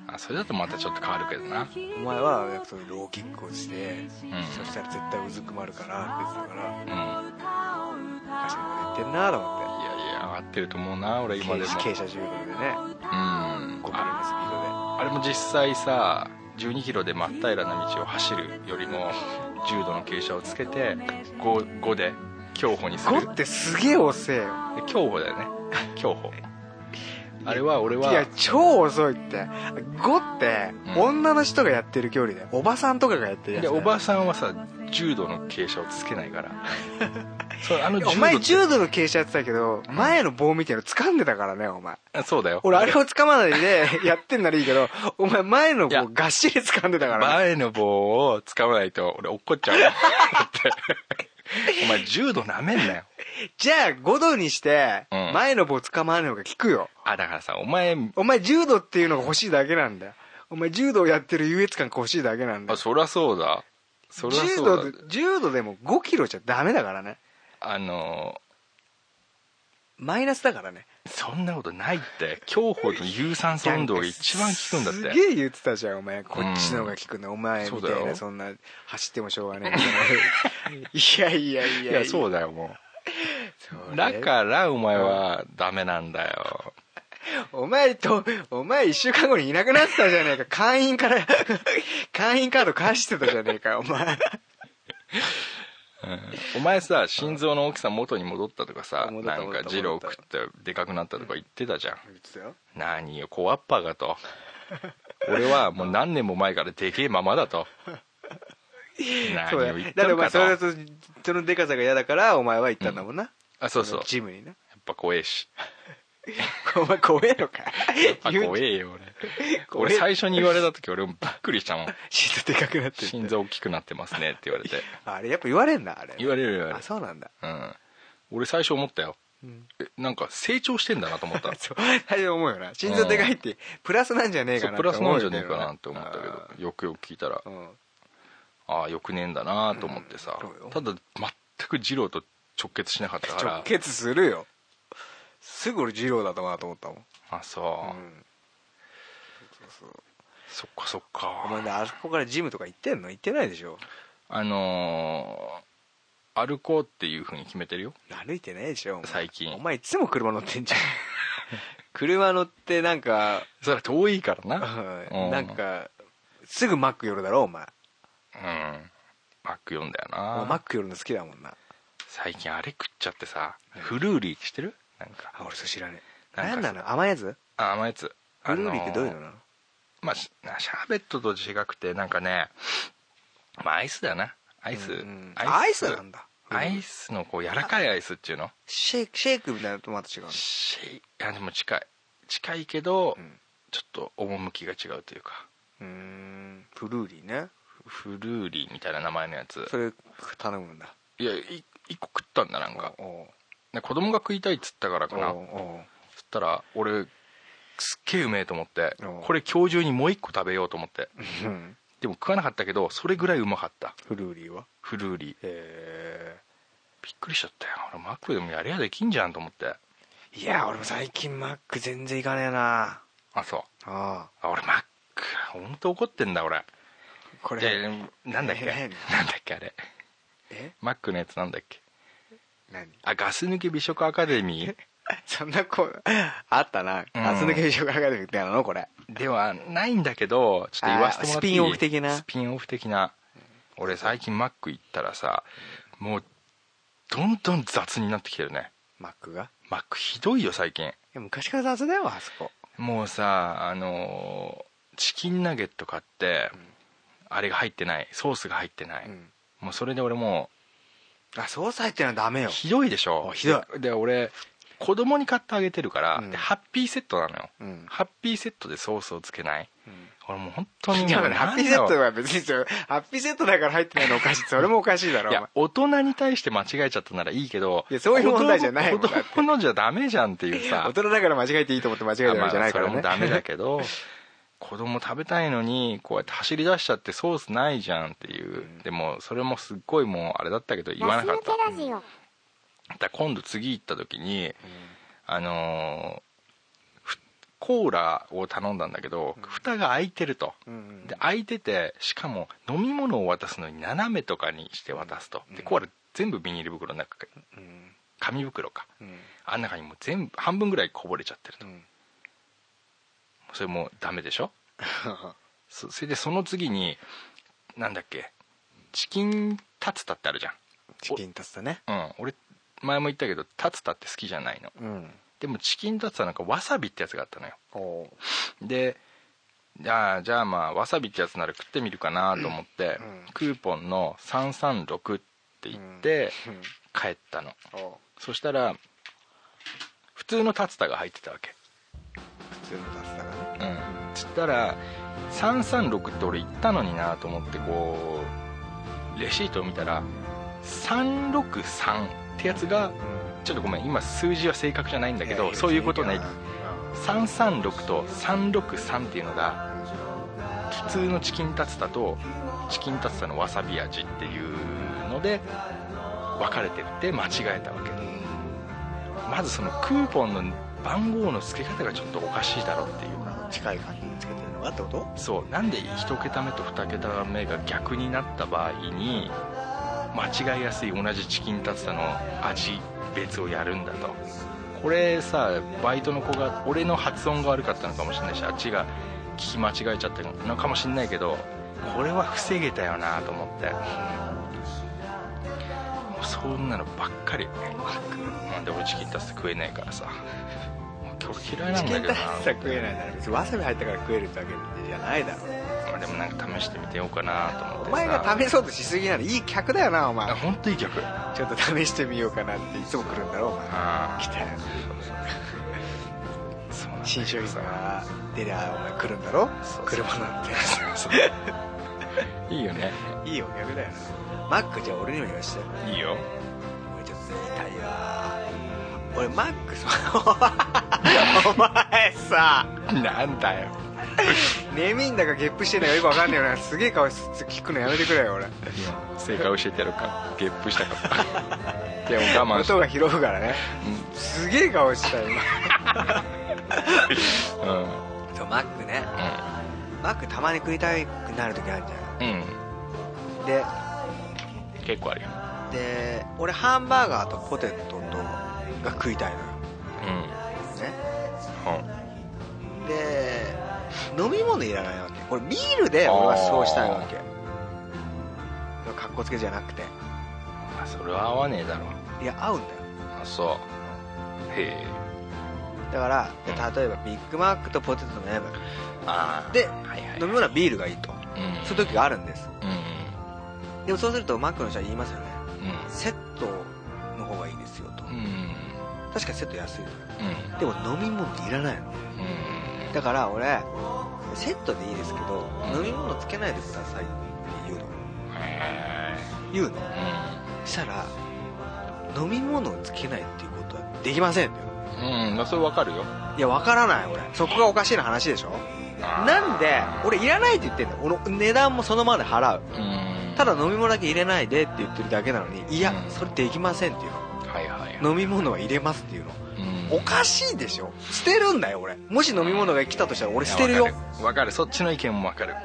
Speaker 3: あそれだとまたちょっと変わるけどな
Speaker 4: お前はやっぱそのローキックをして、
Speaker 3: ん
Speaker 4: そしたら絶対うずくまるからって言ってたか
Speaker 3: う
Speaker 4: ら
Speaker 3: ん
Speaker 4: 昔のこと言ってんなと思っ
Speaker 3: いやいや合ってると思うな俺
Speaker 4: て
Speaker 3: 今でも
Speaker 4: 傾斜傾斜重力でね
Speaker 3: うんあ
Speaker 4: 5キロのスピードで
Speaker 3: あれも実際さ1 2キロで真っ平らな道を走るよりも重度の傾斜をつけて 5, 5で競歩にする
Speaker 4: 5ってすげえ遅えよ
Speaker 3: で競歩だよね競歩あれは俺はい
Speaker 4: や超遅いって5って
Speaker 3: うん
Speaker 4: 女の人がやってる距離でおばさんとかがやってるやつ
Speaker 3: で
Speaker 4: だよ
Speaker 3: おばさんはさ重度の傾斜をつけないから そうあの
Speaker 4: お前
Speaker 3: 重度っ
Speaker 4: 重度の傾斜やってたけど前の棒みたいの掴んでたからねお前
Speaker 3: てそうだよ
Speaker 4: 俺あれを掴まな いでやってんならいいけどお前前の
Speaker 3: いや
Speaker 4: 棒がっしり掴んでたからね
Speaker 3: 前の棒を掴まないと俺怒っちゃう よだってお前重度なめんなよ
Speaker 4: じゃあ5度にして
Speaker 3: うん
Speaker 4: 前の棒掴まないのが効くよ
Speaker 3: あだからさお前
Speaker 4: お前柔道っていうのが欲しいだけなんだよお前柔道やってる優越感が欲しいだけなんだ
Speaker 3: あ
Speaker 4: よ
Speaker 3: そりゃそうだそりゃ
Speaker 4: 柔
Speaker 3: そう
Speaker 4: 道
Speaker 3: だ
Speaker 4: で柔道でも5キロじゃダメだからね
Speaker 3: あの
Speaker 4: マイナスだからね
Speaker 3: そんなことないって競歩と有酸素運動が一番効くんだっ
Speaker 4: す
Speaker 3: て
Speaker 4: げえ言ってたじゃんお前こっちの方が効くねお前みた
Speaker 3: そう
Speaker 4: い
Speaker 3: だよ
Speaker 4: なそんな走ってもしょ うがねえみたいないやいやい
Speaker 3: い
Speaker 4: や
Speaker 3: やそううだよもう
Speaker 4: だ
Speaker 3: だ
Speaker 4: か
Speaker 3: からお前はダメなんだよ
Speaker 4: お前とお前1週間後にいなくなってたじゃねえか会員から 会員カード返してたじゃねえかお前
Speaker 3: お前さ心臓の大きさ元に戻ったとかさ
Speaker 4: 戻った
Speaker 3: なん
Speaker 4: 戻
Speaker 3: か
Speaker 4: った
Speaker 3: ジロー食ってでかくなったとか言ってたじゃん何よ小わっぱが と俺はもう何年も前からでけえままだ と何
Speaker 4: そうだ
Speaker 3: を
Speaker 4: よ
Speaker 3: 言って
Speaker 4: だってお
Speaker 3: る
Speaker 4: 前
Speaker 3: か
Speaker 4: そ
Speaker 3: と
Speaker 4: れとそのデカさが嫌だからお前は行ったんだもんな、
Speaker 3: あそうそう
Speaker 4: の
Speaker 3: や
Speaker 4: ジムにな
Speaker 3: っぱ怖えし
Speaker 4: お前怖えのか
Speaker 3: やっぱ怖えよ俺
Speaker 4: 怖え
Speaker 3: 俺最初に言われた時俺もびっくりしたもん
Speaker 4: 心臓でかくなってる
Speaker 3: 心臓大きくなってますねって言われて
Speaker 4: あれやっぱ言われんなあれ
Speaker 3: 言われる言われ
Speaker 4: あそうなんだ
Speaker 3: る、うん、俺最初思ったよ、
Speaker 4: ん
Speaker 3: えなんか成長してんだなと思った
Speaker 4: そう大丈夫思うよな心臓でかいってプラスなんじゃねえ
Speaker 3: そ
Speaker 4: か
Speaker 3: う
Speaker 4: な
Speaker 3: プラスなんじゃねえか
Speaker 4: っ
Speaker 3: なってて
Speaker 4: 思
Speaker 3: 思
Speaker 4: う
Speaker 3: っ
Speaker 4: よ
Speaker 3: た
Speaker 4: ね
Speaker 3: けどよくよく聞いたら
Speaker 4: あーうん
Speaker 3: ああよくねえんだなと思ってさ、
Speaker 4: うんそうよ
Speaker 3: ただ全く二郎と直結しなかったから
Speaker 4: 直結するよすぐ俺二郎だったなと思ったもん
Speaker 3: あそう、
Speaker 4: うん
Speaker 3: そっかそっ
Speaker 4: お前
Speaker 3: か
Speaker 4: ねあそこからジムとか行ってんの行ってないでしょ
Speaker 3: あのー歩こうっていうふうに決めてるよ
Speaker 4: 歩いてないでしょお前
Speaker 3: 最近
Speaker 4: お前いつも車乗って んじゃん車乗ってなんか
Speaker 3: それは遠いから
Speaker 4: う
Speaker 3: な、うん
Speaker 4: なんかすぐマック寄るだろお前
Speaker 3: うんマック読んだよ
Speaker 4: お
Speaker 3: な
Speaker 4: 前マック寄るの好きだもんな
Speaker 3: 最近あれ食っちゃってさフルーリーって知ってるなんか
Speaker 4: あ俺それ知らねえ
Speaker 3: な
Speaker 4: なんん
Speaker 3: か
Speaker 4: なの甘いやつ
Speaker 3: あ甘いやつ
Speaker 4: フルーリーってどういうの
Speaker 3: あの
Speaker 4: なの
Speaker 3: まあしなシャーベットと違くてなんかねまあアイスだよなアイス、
Speaker 4: うんうんアイスなんだ
Speaker 3: アイスのこう柔らかいアイスっていうの
Speaker 4: シェイクシェイクみたいなのとまた違うの
Speaker 3: しあでも近い近いけど、
Speaker 4: ん
Speaker 3: ちょっと趣が違うというか
Speaker 4: うーんプルーリーね
Speaker 3: フルーリーみたいな名前のやつ
Speaker 4: それ頼むんだ
Speaker 3: いやい一個食ったんだなんか
Speaker 4: おう
Speaker 3: で子供が食いたいっつったから
Speaker 4: お
Speaker 3: か
Speaker 4: う
Speaker 3: な
Speaker 4: おう
Speaker 3: つったら俺すっげえうめえと思って
Speaker 4: おう
Speaker 3: これ今日中にもう一個食べようと思って
Speaker 4: うん
Speaker 3: でも食わなかったけどそれぐらいうまかった
Speaker 4: フルーリーは
Speaker 3: フルーリー
Speaker 4: へ
Speaker 3: びっくりしちゃったよ俺マックでもやりゃできんじゃんと思って
Speaker 4: えいや俺も最近マック全然行かねえな
Speaker 3: あそう
Speaker 4: ああ
Speaker 3: あ俺マック本当怒ってんだ俺
Speaker 4: こ
Speaker 3: で
Speaker 4: れ
Speaker 3: なんだっけ
Speaker 4: え
Speaker 3: なん
Speaker 4: 何
Speaker 3: だっけあれ
Speaker 4: え
Speaker 3: マックのやつなんだっけ
Speaker 4: 何
Speaker 3: あガス抜け美食アカデミー
Speaker 4: そんなこあったな
Speaker 3: うん
Speaker 4: ガス抜け美食アカデミーってなのこれ
Speaker 3: ではないんだけどちょっと言わせてもらっていい
Speaker 4: あースピンオフ的な
Speaker 3: スピンオフ的な俺最近マック行ったらさもうどんどん雑になってきてるね
Speaker 4: マックがい
Speaker 3: マックひどいよ最近
Speaker 4: や昔から雑だよあそこ
Speaker 3: もうさあのーチキンナゲット買って、あれが入ってないソースが入ってない、
Speaker 4: うん
Speaker 3: もうそれで俺もう
Speaker 4: あ総裁ってのはダメよ
Speaker 3: ひどいでしょ
Speaker 4: ひど
Speaker 3: でで俺子供に買ってあげてるから、
Speaker 4: うん
Speaker 3: でハッピーセットなのよ
Speaker 4: うん
Speaker 3: ハッピーセットでソースをつけない俺もう本当に
Speaker 4: だ
Speaker 3: も
Speaker 4: か
Speaker 3: う
Speaker 4: らハッピーセットは別にそれハッピーセットだから入ってないのおかしいそれもおかしいだろ
Speaker 3: い
Speaker 4: お前
Speaker 3: や大人に対して間違えちゃったならいいけど
Speaker 4: いやそういう問題じゃないもん
Speaker 3: 子供
Speaker 4: だって
Speaker 3: 子供のじゃダメじゃんっていうさ
Speaker 4: 大人だから間違えていいと思って間違えたわけじゃないからね
Speaker 3: まあそれもダメだけ ど子供食べたいのにこうやって走り出しちゃってソースないじゃんっていう、でもそれもすっごいもうあれだったけど言わなかった
Speaker 5: ラジオ
Speaker 3: だから今度次行った時に、あのーふコーラを頼んだんだけど、蓋が開いてると、
Speaker 4: うんうん
Speaker 3: で開いててしかも飲み物を渡すのに斜めとかにして渡すとでコーラ全部ビニール袋の中か
Speaker 4: うん
Speaker 3: 紙袋か
Speaker 4: うん
Speaker 3: あん中にもう全部半分ぐらいこぼれちゃってると
Speaker 4: うん
Speaker 3: それもうダメでしょそそれでその次になんだっけチキンタツタってあるじ
Speaker 4: チキンタツタね
Speaker 3: ゃんうん俺前も言ったけどタツタって好きじゃないの
Speaker 4: うん
Speaker 3: でもチキンタツタなんかわさびってやつがあったのよ
Speaker 4: お
Speaker 3: でじゃあじゃあまあわさびってやつなら食ってみるかなと思って、
Speaker 4: うん
Speaker 3: クーポンの336って言って帰ったの、
Speaker 4: お
Speaker 3: そしたら普通のタツタが入ってたわけ
Speaker 4: 普通のタツタがね
Speaker 3: うんそしたら336って俺言ったのになと思ってこうレシートを見たら363ってやつがちょっとごめん今数字は正確じゃないんだけど、そういうことね336と363っていうのが普通のチキンタツタとチキンタツタのわさび味っていうので分かれてって間違えたわけまずそのクーポンの番号の付け方がちょっとおかしいだろうっていう
Speaker 4: 近い感じにつけてるのがってこと
Speaker 3: そうなんで1桁目と2桁目が逆になった場合に間違いやすい同じチキンタツタの味別をやるんだとこれさバイトの子が俺の発音が悪かったのかもしれないしあっちが聞き間違えちゃったのかもしれないけどこれは防げたよなと思ってもうそんなのばっかりなんで俺チキンタツタ食えないからさもう今日嫌いなん
Speaker 4: チ
Speaker 3: だ
Speaker 4: キン
Speaker 3: け
Speaker 4: タ
Speaker 3: どな
Speaker 4: ツタ食えないなら別にわさび入ったから食えるってわけじゃないだろ
Speaker 3: まあでもなんか試してみてようかなと思って
Speaker 4: お
Speaker 3: さ
Speaker 4: 前が試そうとしすぎなのいい客だよなお前
Speaker 3: あ本当いい客
Speaker 4: ちょっと試してみようかなっていつも来るんだろお前
Speaker 3: あ
Speaker 4: 来たよ
Speaker 3: あそうなんだ
Speaker 4: 新商品が出りゃお前来るんだろ
Speaker 3: そうそう
Speaker 4: 車なんて
Speaker 3: いいよね
Speaker 4: いいお客だよなマックじゃあ俺にも言わして
Speaker 3: いいよ
Speaker 4: 俺ちょっと痛いわ俺マックそお前さ
Speaker 3: なんだよ
Speaker 4: 眠いんだかゲップしてんだかよくわかんねえよなすげえ顔し聞くのやめてくれよ俺
Speaker 3: 正解教えてやろうかゲップしたかったでも我慢して
Speaker 4: 音が拾うからねすげえ顔したよ
Speaker 3: うんうん
Speaker 4: 今そうマックねマックたまに食いたくなる時あるじゃ
Speaker 3: うん、
Speaker 4: んで
Speaker 3: 結構あるよ
Speaker 4: で俺ハンバーガーとポテトとが食いたいのよ
Speaker 3: うん
Speaker 4: ね
Speaker 3: うん
Speaker 4: で飲み物いらないわけこれビールで俺はそうしたいわけかっこつけじゃなくて
Speaker 3: あそれは合わねえだろ
Speaker 4: いや合うんだよ
Speaker 3: あそうへえ
Speaker 4: だからで例えばビッグマックとポテト飲めば
Speaker 3: ああ
Speaker 4: で
Speaker 3: はいはい
Speaker 4: 飲み物はビールがいいと
Speaker 3: うん
Speaker 4: そういう時があるんです
Speaker 3: うん
Speaker 4: でもそうするとマックの人は言いますよね
Speaker 3: うん
Speaker 4: セットの方がいいですよと
Speaker 3: うんうん
Speaker 4: 確かにセット安いのよでも飲み物いらないの
Speaker 3: うんうん
Speaker 4: だから俺セットでいいですけど飲み物つけないでくださいって言うの
Speaker 3: へ
Speaker 4: 言うの
Speaker 3: えうん
Speaker 4: したら飲み物をつけないっていうことはできませんって言うの
Speaker 3: うん、まあそれわかるよ
Speaker 4: いやわからない俺そこがおかしいな話でしょなんで俺いらないって言ってんだよ俺値段もそのまで払う
Speaker 3: うん
Speaker 4: ただ飲み物だけ入れないでって言ってるだけなのにいや
Speaker 3: うん
Speaker 4: それできませんっていう
Speaker 3: はいはい
Speaker 4: の飲み物は入れますっていうの
Speaker 3: うん
Speaker 4: おかしいでしょ捨てるんだよ俺もし飲み物が来たとしたら俺捨てるよ
Speaker 3: わかわかるそっちの意見もわかる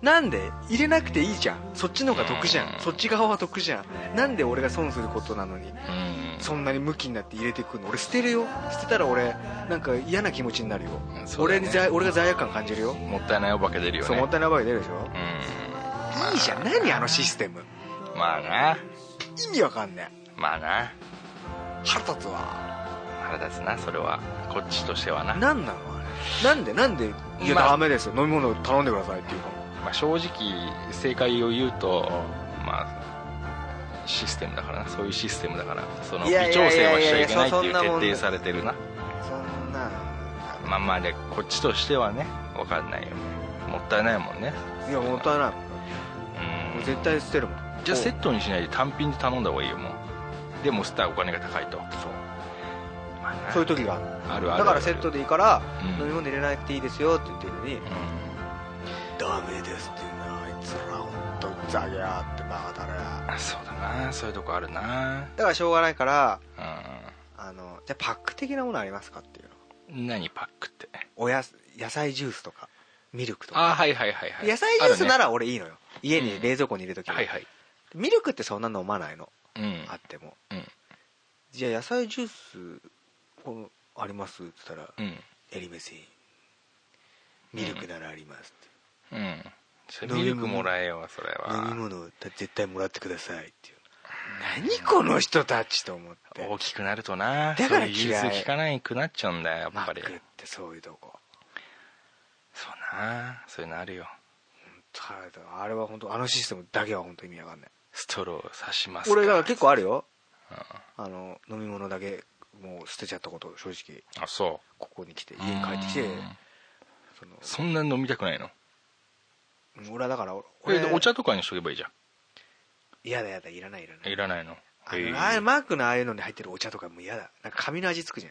Speaker 4: なんで入れなくていいじゃんそっちの方が得じゃんそっち側は得じゃんなんで俺が損することなのに
Speaker 3: うん
Speaker 4: そんなにムキになって入れてくるの俺捨てるよ捨てたら俺なんか嫌な気持ちになるよ
Speaker 3: うんそうだ
Speaker 4: 俺
Speaker 3: よ
Speaker 4: に
Speaker 3: ね
Speaker 4: 罪俺が罪悪感感じるよ
Speaker 3: もったいないお化け出るよね
Speaker 4: そうもったいないわけ出るでしょ
Speaker 3: う
Speaker 4: いいじゃん何あのシステム
Speaker 3: んまあな
Speaker 4: 意味わかんねえ
Speaker 3: まあな
Speaker 4: 腹立つわ
Speaker 3: 腹立つなそれはこっちとしてはな、ま
Speaker 4: 何なのあれなんでなんでいや
Speaker 3: まあ
Speaker 4: ダメですよ飲み物頼んでくださいっていうの
Speaker 3: あ、正直正解を言うとまあシステムだからなそういうシステムだからその
Speaker 4: い
Speaker 3: 微
Speaker 4: やいや
Speaker 3: 調
Speaker 4: い
Speaker 3: 整
Speaker 4: や
Speaker 3: はいしち
Speaker 4: や
Speaker 3: ゃい
Speaker 4: いや
Speaker 3: けないって
Speaker 4: そ
Speaker 3: い
Speaker 4: んなも
Speaker 3: う
Speaker 4: んだ
Speaker 3: 徹底されてるな
Speaker 4: そんな
Speaker 3: まあまあでこっちとしてはね分かんないよねもったいないもんね
Speaker 4: いやもったいないも
Speaker 3: う
Speaker 4: うん絶対捨てるもん
Speaker 3: じゃあセ
Speaker 4: ト
Speaker 3: ットにしないで単品で頼んだ方がいいよもうでもスターお金が高いとそう、まあな
Speaker 4: そういう時がある
Speaker 3: あるある
Speaker 4: だからセットでいいから
Speaker 3: うん
Speaker 4: 飲み物入れなくていいですよって言ってるのに
Speaker 3: うん
Speaker 4: ダメですって言うなあいつらホントザギャーってバカだら
Speaker 3: あそうだなそういうとこあるな
Speaker 4: だからしょうがないから
Speaker 3: う
Speaker 4: あのじゃあパック的なものありますかっていうの
Speaker 3: ん何パックって
Speaker 4: おやす野菜ジュースとかミルクとか
Speaker 3: あーはいはいはいはい
Speaker 4: 野菜ジュースな
Speaker 3: ら、
Speaker 4: ら俺いいのよ家
Speaker 3: う
Speaker 4: に
Speaker 3: ん
Speaker 4: 冷蔵庫に入れとき、
Speaker 3: はいはい
Speaker 4: ミルクってそんな飲まないの
Speaker 3: うん
Speaker 4: あっても、
Speaker 3: うん
Speaker 4: じゃあ野菜ジュースこのありますって言ったら
Speaker 3: うん
Speaker 4: 「エリメシンミルクならあります」って
Speaker 3: うんそれ
Speaker 4: 飲
Speaker 3: ミ
Speaker 4: み
Speaker 3: ル
Speaker 4: 物
Speaker 3: クもらえよそれ
Speaker 4: 飲み
Speaker 3: は
Speaker 4: 物絶対もらってくださいっていう何この人たちと思って
Speaker 3: 大きくなるとな
Speaker 4: だか
Speaker 3: そ
Speaker 4: ら
Speaker 3: ういう融
Speaker 4: 嫌
Speaker 3: 通
Speaker 4: い
Speaker 3: 聞かないくなっちゃうんだよやっ
Speaker 4: マ
Speaker 3: ぱり
Speaker 4: ックってそういうとこ
Speaker 3: そうなそういうのあるよ
Speaker 4: 腹立つあれは本当あのシステムだけは本当意味わかんない
Speaker 3: ストロー刺します
Speaker 4: 俺だから結構あるよ
Speaker 3: うん
Speaker 4: あの飲み物だけもう捨てちゃったこと正直
Speaker 3: あそ
Speaker 4: ここに来て
Speaker 3: う
Speaker 4: 家に帰ってきて
Speaker 3: うん
Speaker 4: その
Speaker 3: そんな飲みたくないの
Speaker 4: 俺はだから
Speaker 3: え
Speaker 4: 俺
Speaker 3: お茶とかにしとけばいいじゃ
Speaker 4: 嫌だ嫌だいらないいらなんい
Speaker 3: いらないの
Speaker 4: あの
Speaker 3: えー
Speaker 4: あれマークのああいうのに入ってるお茶とかもう嫌だなんか紙の味つくじ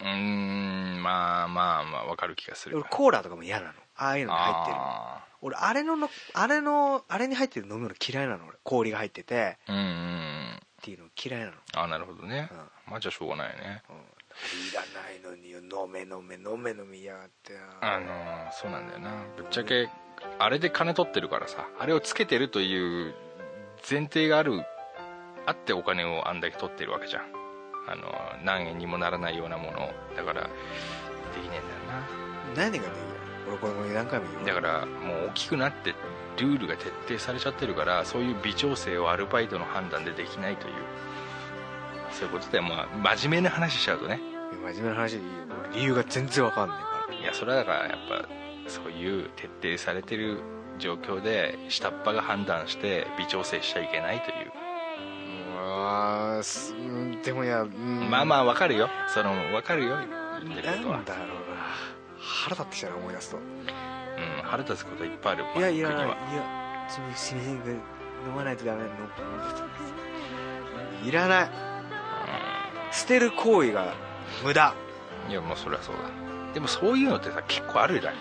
Speaker 4: ゃん
Speaker 3: うーんまあまあまあわかる気がする
Speaker 4: 俺コーラとかも嫌なのああいうのに入ってる
Speaker 3: あ
Speaker 4: 俺あれののあれのあれに入ってる飲み物嫌いなの俺氷が入ってて
Speaker 3: ーうんうん
Speaker 4: っていうの嫌いなの
Speaker 3: あなるほどね、
Speaker 4: うん
Speaker 3: まあじゃあしょうがないね
Speaker 4: うんいらないのによ飲め飲め飲め飲みやがってよ
Speaker 3: あのーそうなんだよなぶっちゃけあれで金取ってるからさあれをつけてるという前提があるあってお金をあんだけ取ってるわけじゃんあのー何円にもならないようなものをだからできねえんだよな
Speaker 4: 何ができる俺これもう何回も言う
Speaker 3: だからもう大きくなってルールが徹底されちゃってるからそういう微調整をアルバイトの判断でできないというそういうことでまあ真面目な話しちゃうとね
Speaker 4: いや真面目な話でいいよ俺理由が全然わかんないから
Speaker 3: いやそれはだからやっぱそういう徹底されてる状況で下っ端が判断して微調整しちゃいけないという
Speaker 4: うわーすうんでもいや、うん
Speaker 3: まあまあわかるよそのわかるよ言って
Speaker 4: な
Speaker 3: ることは
Speaker 4: んだろうな腹立ってきたな思い出すと
Speaker 3: うん腹立つことはいっぱいある
Speaker 4: いやい
Speaker 3: マッ
Speaker 4: や
Speaker 3: ク
Speaker 4: い
Speaker 3: には
Speaker 4: や自分すみませんが飲まないとダメなのいらない捨てる行為が無駄
Speaker 3: うんいやもうそれはそうだでもそういうのってさ結構あるじゃん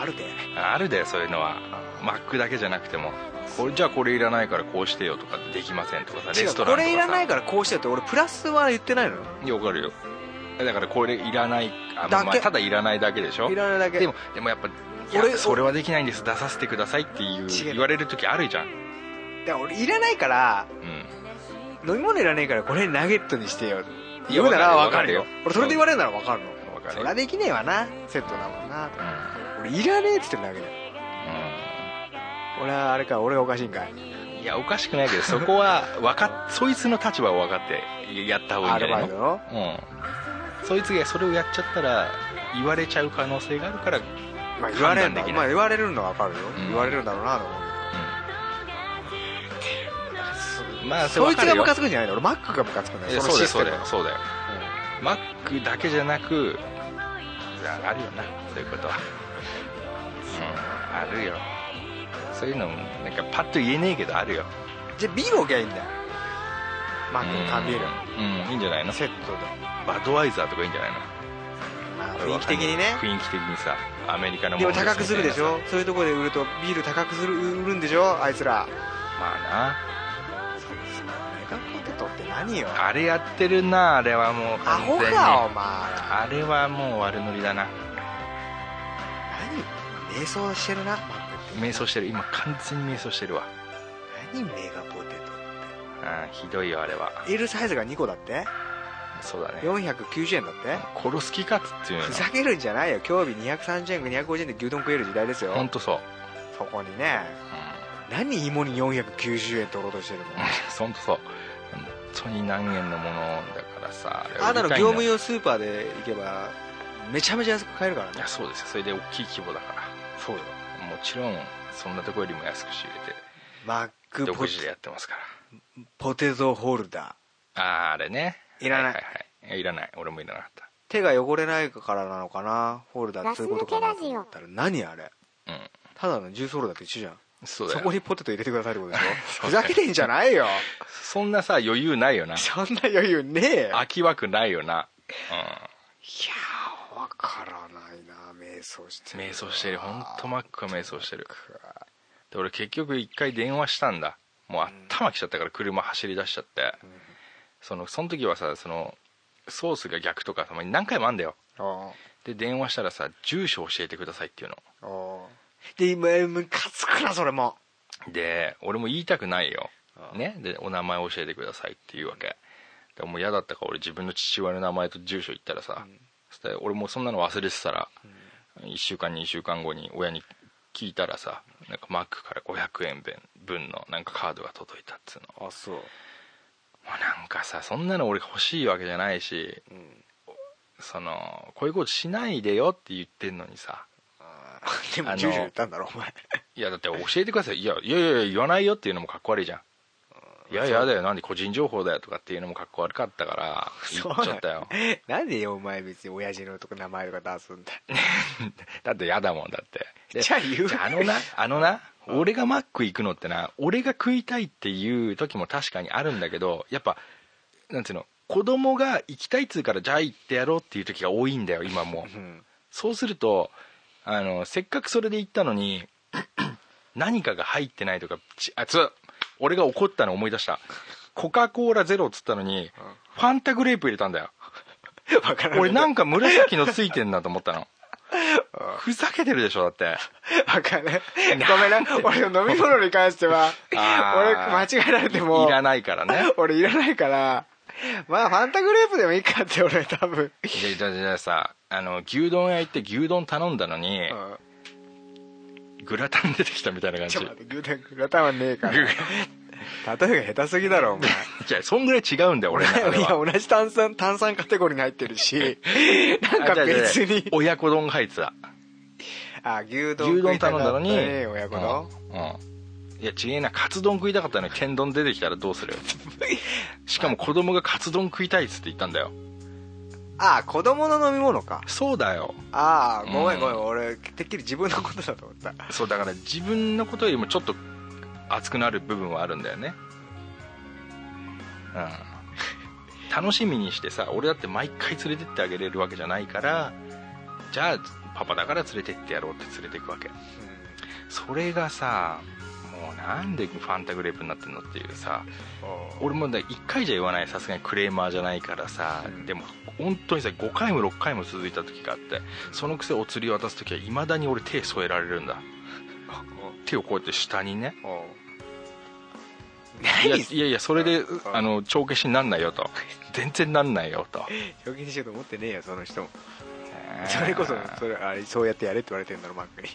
Speaker 4: あるで
Speaker 3: あるだよそういうのはマックだけじゃなくてもこれじゃあこれいらないからこうしてよとかできませんとかさレ
Speaker 4: 違う
Speaker 3: スト
Speaker 4: こ
Speaker 3: ランとかさ
Speaker 4: れいらないからこうしてよって俺プラスは言ってないのよ
Speaker 3: いやわかるよだからこれいらないあ
Speaker 4: だけ
Speaker 3: まあただいらないだけでしょ
Speaker 4: いらないだけ
Speaker 3: でもでもやっぱい
Speaker 4: 俺
Speaker 3: やそれはできないんです出させてくださいっていう
Speaker 4: 違う
Speaker 3: 言われる時あるじゃん、
Speaker 4: だから俺いらないから
Speaker 3: うん、
Speaker 4: 飲み物いらないからこれナゲットにしてよ
Speaker 3: い
Speaker 4: 言
Speaker 3: や
Speaker 4: うなら
Speaker 3: わ
Speaker 4: 分
Speaker 3: か
Speaker 4: かる
Speaker 3: るよ
Speaker 4: よ俺それで言われるなら分かるの
Speaker 3: わかる
Speaker 4: そりゃできねえわなセットだもんな
Speaker 3: うん
Speaker 4: 俺いらねえっつってんだけだよ俺はあれか俺がおかしいんかい
Speaker 3: うんいやおかしくない けどそこはわかっそいつの立場を分かってやった方がいい
Speaker 4: ア
Speaker 3: んじゃ
Speaker 4: ル
Speaker 3: な
Speaker 4: バ
Speaker 3: い
Speaker 4: イト
Speaker 3: の
Speaker 4: の
Speaker 3: うん、そいつがそれをやっちゃったら言われちゃう可能性があるから
Speaker 4: まあ言われる
Speaker 3: 判断
Speaker 4: ん
Speaker 3: でき
Speaker 4: だ
Speaker 3: ない
Speaker 4: まあ言われるのは分かるよ
Speaker 3: うん
Speaker 4: 言われるんだろうなと思う
Speaker 3: うんまあ
Speaker 4: けどそいつがムカ
Speaker 3: つ
Speaker 4: つくんじゃないの俺マックがムカつくんだよ
Speaker 3: そうだよそうだ
Speaker 4: ム
Speaker 3: よそうだよマックだけじゃなくあるよなそういうことは、うん、あるよそういうのもなんかパッと言えねえけどあるよ
Speaker 4: うんじゃあビール置きゃいいんだよマックの缶ビール
Speaker 3: うん、うん、いいんじゃないの
Speaker 4: セットで
Speaker 3: バドワイザーとかいいんじゃないの
Speaker 4: まあ雰囲気的にね
Speaker 3: 雰囲気的にさアメリカの
Speaker 4: で
Speaker 3: モ
Speaker 4: も
Speaker 3: ンスみたいな
Speaker 4: 高くするでしょ
Speaker 3: さ
Speaker 4: そういうとこで売るとビール高くする売るんでしょあいつら
Speaker 3: ま
Speaker 4: メガポテトって何よ
Speaker 3: あなあれやってるなあれはもう
Speaker 4: ア
Speaker 3: 完
Speaker 4: ホ
Speaker 3: 全に
Speaker 4: かお前
Speaker 3: あれはもう悪ノリだな
Speaker 4: 何瞑想してるなマック
Speaker 3: 瞑想してる今完全に瞑想してるわ
Speaker 4: 何メガポテ
Speaker 3: あひどいよあれは
Speaker 4: ト L サイズが2個だって
Speaker 3: そうだね
Speaker 4: 490円だって
Speaker 3: 殺す気かっつっていうの
Speaker 4: ふざけるんじゃないよ今日日230円か250円で牛丼食える時代ですよ
Speaker 3: 本当そう、
Speaker 4: そこにね 何芋に490円取ろうとしてるの
Speaker 3: うん、本当そう本当に何円のものだからされ
Speaker 4: あんなの
Speaker 3: 売り
Speaker 4: 業
Speaker 3: いんだ
Speaker 4: 務用スーパーで行けばめちゃめちゃ安く買えるから
Speaker 3: い
Speaker 4: ね
Speaker 3: やそうですよそれで大きい規模だか
Speaker 4: そうよ
Speaker 3: らもちろんそんなとこよりも安く仕入れて
Speaker 4: マック
Speaker 3: 独
Speaker 4: ポ
Speaker 3: 自でやってますか
Speaker 4: ポテトホルダー
Speaker 3: らあああれね
Speaker 4: いらない
Speaker 3: はいはいはい、いらない俺もいらなかっ
Speaker 4: 手が汚れないからなのかなホルダーってそういうことかなと思ったら何あれ
Speaker 3: たうん
Speaker 4: ただのジュースホルダーと一緒じゃん
Speaker 3: そうだ
Speaker 4: そ
Speaker 3: よ
Speaker 4: こにポテト入れてくださいってことでしょ
Speaker 3: そう
Speaker 4: ふ
Speaker 3: だ
Speaker 4: ざ
Speaker 3: よ
Speaker 4: けてんじゃないよ
Speaker 3: そんなさ余裕ないよな
Speaker 4: そんな余裕ねえよ
Speaker 3: 飽きわくないよな
Speaker 4: いやーわからないな迷走して
Speaker 3: うん
Speaker 4: る
Speaker 3: 迷走してる本当マックは迷走してるで俺結局一回電話したんだもう頭きちゃったから車走り出しちゃって、そのその時はさそのソースが逆とかたまに何回もあんだよ
Speaker 4: あ
Speaker 3: で電話したらさ住所教えてくださいっていう
Speaker 4: ああで今ムカつくなそれも
Speaker 3: ので俺も言いたくないよ
Speaker 4: あ、あ
Speaker 3: ね、でお名前教えてくださいっていうわけでもう嫌だったから俺自分の父親の名前と住所言ったらさ、そしたら俺もうそんなの忘れてたら、1週間2週間後に親に聞いたらさなんかマックから500円分のなんかカードが届いたっつうの
Speaker 4: あそう
Speaker 3: まあ、なんかさそんなの俺が欲しいわけじゃないし
Speaker 4: うん
Speaker 3: そのこういうことしないでよって言ってんのにさ
Speaker 4: あーで
Speaker 3: あ
Speaker 4: も
Speaker 3: の
Speaker 4: 住所言ったんだろお前
Speaker 3: いやだって教えてくださいいやいやいやいや言わないよっていうのもかっこ悪いじゃんいやいやだよなんで個人情報だよとかっていうのもかっこ悪かったから言っちゃったよ
Speaker 4: なんでよお前別に親父のとこ名前とか出すんだ
Speaker 3: だって嫌だもんだってで
Speaker 4: じゃあ言う
Speaker 3: あのなあのな俺がマック行くのってな俺が食いたいっていう時も確かにあるんだけどやっぱなんていうの子供が行きたいっつうからじゃあ行ってやろうっていう時が多いんだよ今もう
Speaker 4: うん
Speaker 3: そうするとあのせっかくそれで行ったのに 何かが入ってないとかちあつ俺が怒ったの思い出したコカ・コーラゼロっつったのにファンタグレープ入れたんだよ
Speaker 4: わから
Speaker 3: 俺なんんか紫のついてんなと思ったのふざけてるでしょだって
Speaker 4: わかんないごめ んな俺の飲み物に関しては俺間
Speaker 3: あー
Speaker 4: 違えられても
Speaker 3: いらないから ね
Speaker 4: 俺いらないからまあファンタグレープでもいいかって俺多分
Speaker 3: でじゃあじゃあさあの牛丼屋行って牛丼頼んだのに
Speaker 4: うん
Speaker 3: グラタン出てきたみたいな感じ
Speaker 4: ちょっと待ってグラグラタンはねえから
Speaker 3: グ
Speaker 4: 例えが下手すぎだろお前
Speaker 3: じゃあそんぐらい違うんだよ俺
Speaker 4: 俺
Speaker 3: の中で
Speaker 4: いや
Speaker 3: は
Speaker 4: 同じ炭酸炭酸カテゴリーに入って るしなん
Speaker 3: あ
Speaker 4: か
Speaker 3: じゃあじゃあじ
Speaker 4: 別
Speaker 3: ゃあ
Speaker 4: に
Speaker 3: 親子丼が入ってた
Speaker 4: あ牛丼
Speaker 3: 牛丼頼んだのに
Speaker 4: 食いたかったね親子丼
Speaker 3: うん、うんいや違えなカツ丼食いたかったのに天丼出てきたらどうす るしかも子供がカツ丼食いたいっつって言ったんだよ
Speaker 4: あ子供の飲み物か
Speaker 3: そうだよ
Speaker 4: ああごめ
Speaker 3: うん
Speaker 4: んごめん俺てっきり自分のことだと思った
Speaker 3: そうだから自分のことよりもちょっと熱くなる部分はあるんだよねうん楽しみにしてさ俺だって毎回連れてってあげれるわけじゃないからじゃあパパだから連れてってやろうって連れてくわけそれがさもうなんでファンタグレープになってんのっていうさ俺もね1回じゃ言わないさすがにクレーマーじゃないからさ、
Speaker 4: うん
Speaker 3: でも本当にさ5回も6回も続いた時があってそのくせお釣り渡す時はいまだに俺手添えられるんだ手をこうやって下にね
Speaker 4: おお
Speaker 3: いや
Speaker 4: 何
Speaker 3: いやいやそれで
Speaker 4: うん
Speaker 3: あの帳消しになんないよと全然なんないよと
Speaker 4: 表現しようと思ってねえよその人も それこそそれあれそうやってやれって言われてんだろマックに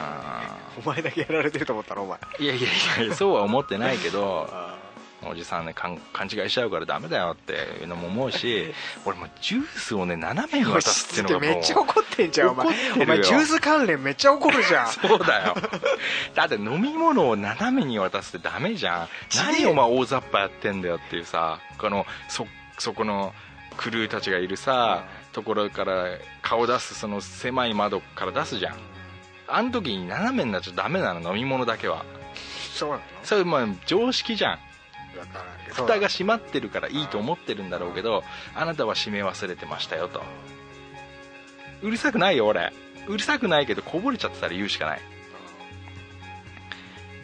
Speaker 3: あ
Speaker 4: お前だけやられてると思ったろお前
Speaker 3: ーいやいやいやそうは思ってないけど
Speaker 4: あ
Speaker 3: おじさんねかん勘違いしちゃうからダメだよっていうのも思うし俺もうジュースをね斜めに渡すっていうのが
Speaker 4: め
Speaker 3: も
Speaker 4: っ
Speaker 3: う
Speaker 4: ちゃ怒ってんじゃんお前
Speaker 3: 怒ってるよ
Speaker 4: お前ジュース関連めっちゃ怒るじゃん
Speaker 3: そうだよだって飲み物を斜めに渡すってダメじゃん何お前大雑把やってんだよっていうさこのそそこのクルーたちがいるさところから顔出すその狭い窓から出すじゃんあの時に斜めになっちゃダメなの飲み物だけは
Speaker 4: そうなの
Speaker 3: それまあ常識じゃん
Speaker 4: だから
Speaker 3: 蓋が閉まってるからいいと思ってるんだろうけどあなたは閉め忘れてましたよとうるさくないよ俺うるさくないけどこぼれちゃってたら言うしかない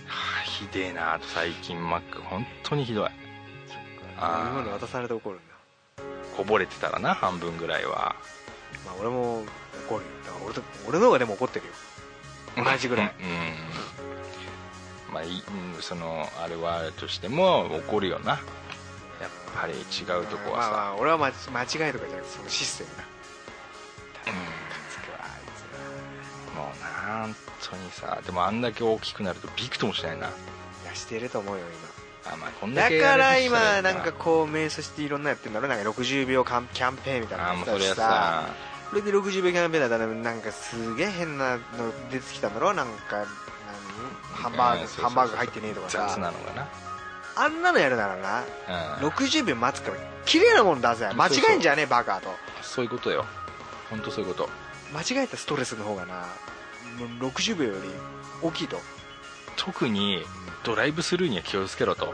Speaker 3: はあひでえなあと最近マック本当にひどいあー
Speaker 4: 飲み物渡されて怒るんだ
Speaker 3: こぼれてたらな半分ぐらいは
Speaker 4: まあ俺も怒るよだから俺と俺の方がでも怒ってるよ同じぐらい
Speaker 3: うんまあいいうんそのあれはあれとしても怒るよなやっぱり違うとこは
Speaker 4: まあ
Speaker 3: さ
Speaker 4: まあ俺は間間違いとかじゃなくてそのシステムな
Speaker 3: うん
Speaker 4: つくわあいつ
Speaker 3: もうな本当にさでもあんだけ大きくなるとびくともしないない
Speaker 4: やしてると思うよ
Speaker 3: あまあこん
Speaker 4: 今
Speaker 3: だけ
Speaker 4: だか
Speaker 3: や
Speaker 4: ら今
Speaker 3: れる
Speaker 4: な
Speaker 3: 人
Speaker 4: ん
Speaker 3: だ
Speaker 4: かこう瞑想していろんなやってんだろなんか60秒カンキャンペーンみたいな
Speaker 3: あ
Speaker 4: の
Speaker 3: あもう
Speaker 4: やっ
Speaker 3: そ
Speaker 4: て
Speaker 3: れ
Speaker 4: た
Speaker 3: は
Speaker 4: し
Speaker 3: さ
Speaker 4: さそれで60秒キャンペーンだったらなんかすげえ変なの出てきたんだろなんかハンバー
Speaker 3: うんそうそうそ
Speaker 4: グ
Speaker 3: う
Speaker 4: ハンバーグ入ってねえとか
Speaker 3: 雑な
Speaker 4: さ
Speaker 3: のが
Speaker 4: あんなのやるならな
Speaker 3: な、うん、
Speaker 4: 60秒待つから綺麗なもん出せ間違えんじゃねえバカと
Speaker 3: そういうことよ本当そういうこと
Speaker 4: 間違えたストレスの方がなもう60秒より大きいと
Speaker 3: 特にドライブスルーには気をつけろと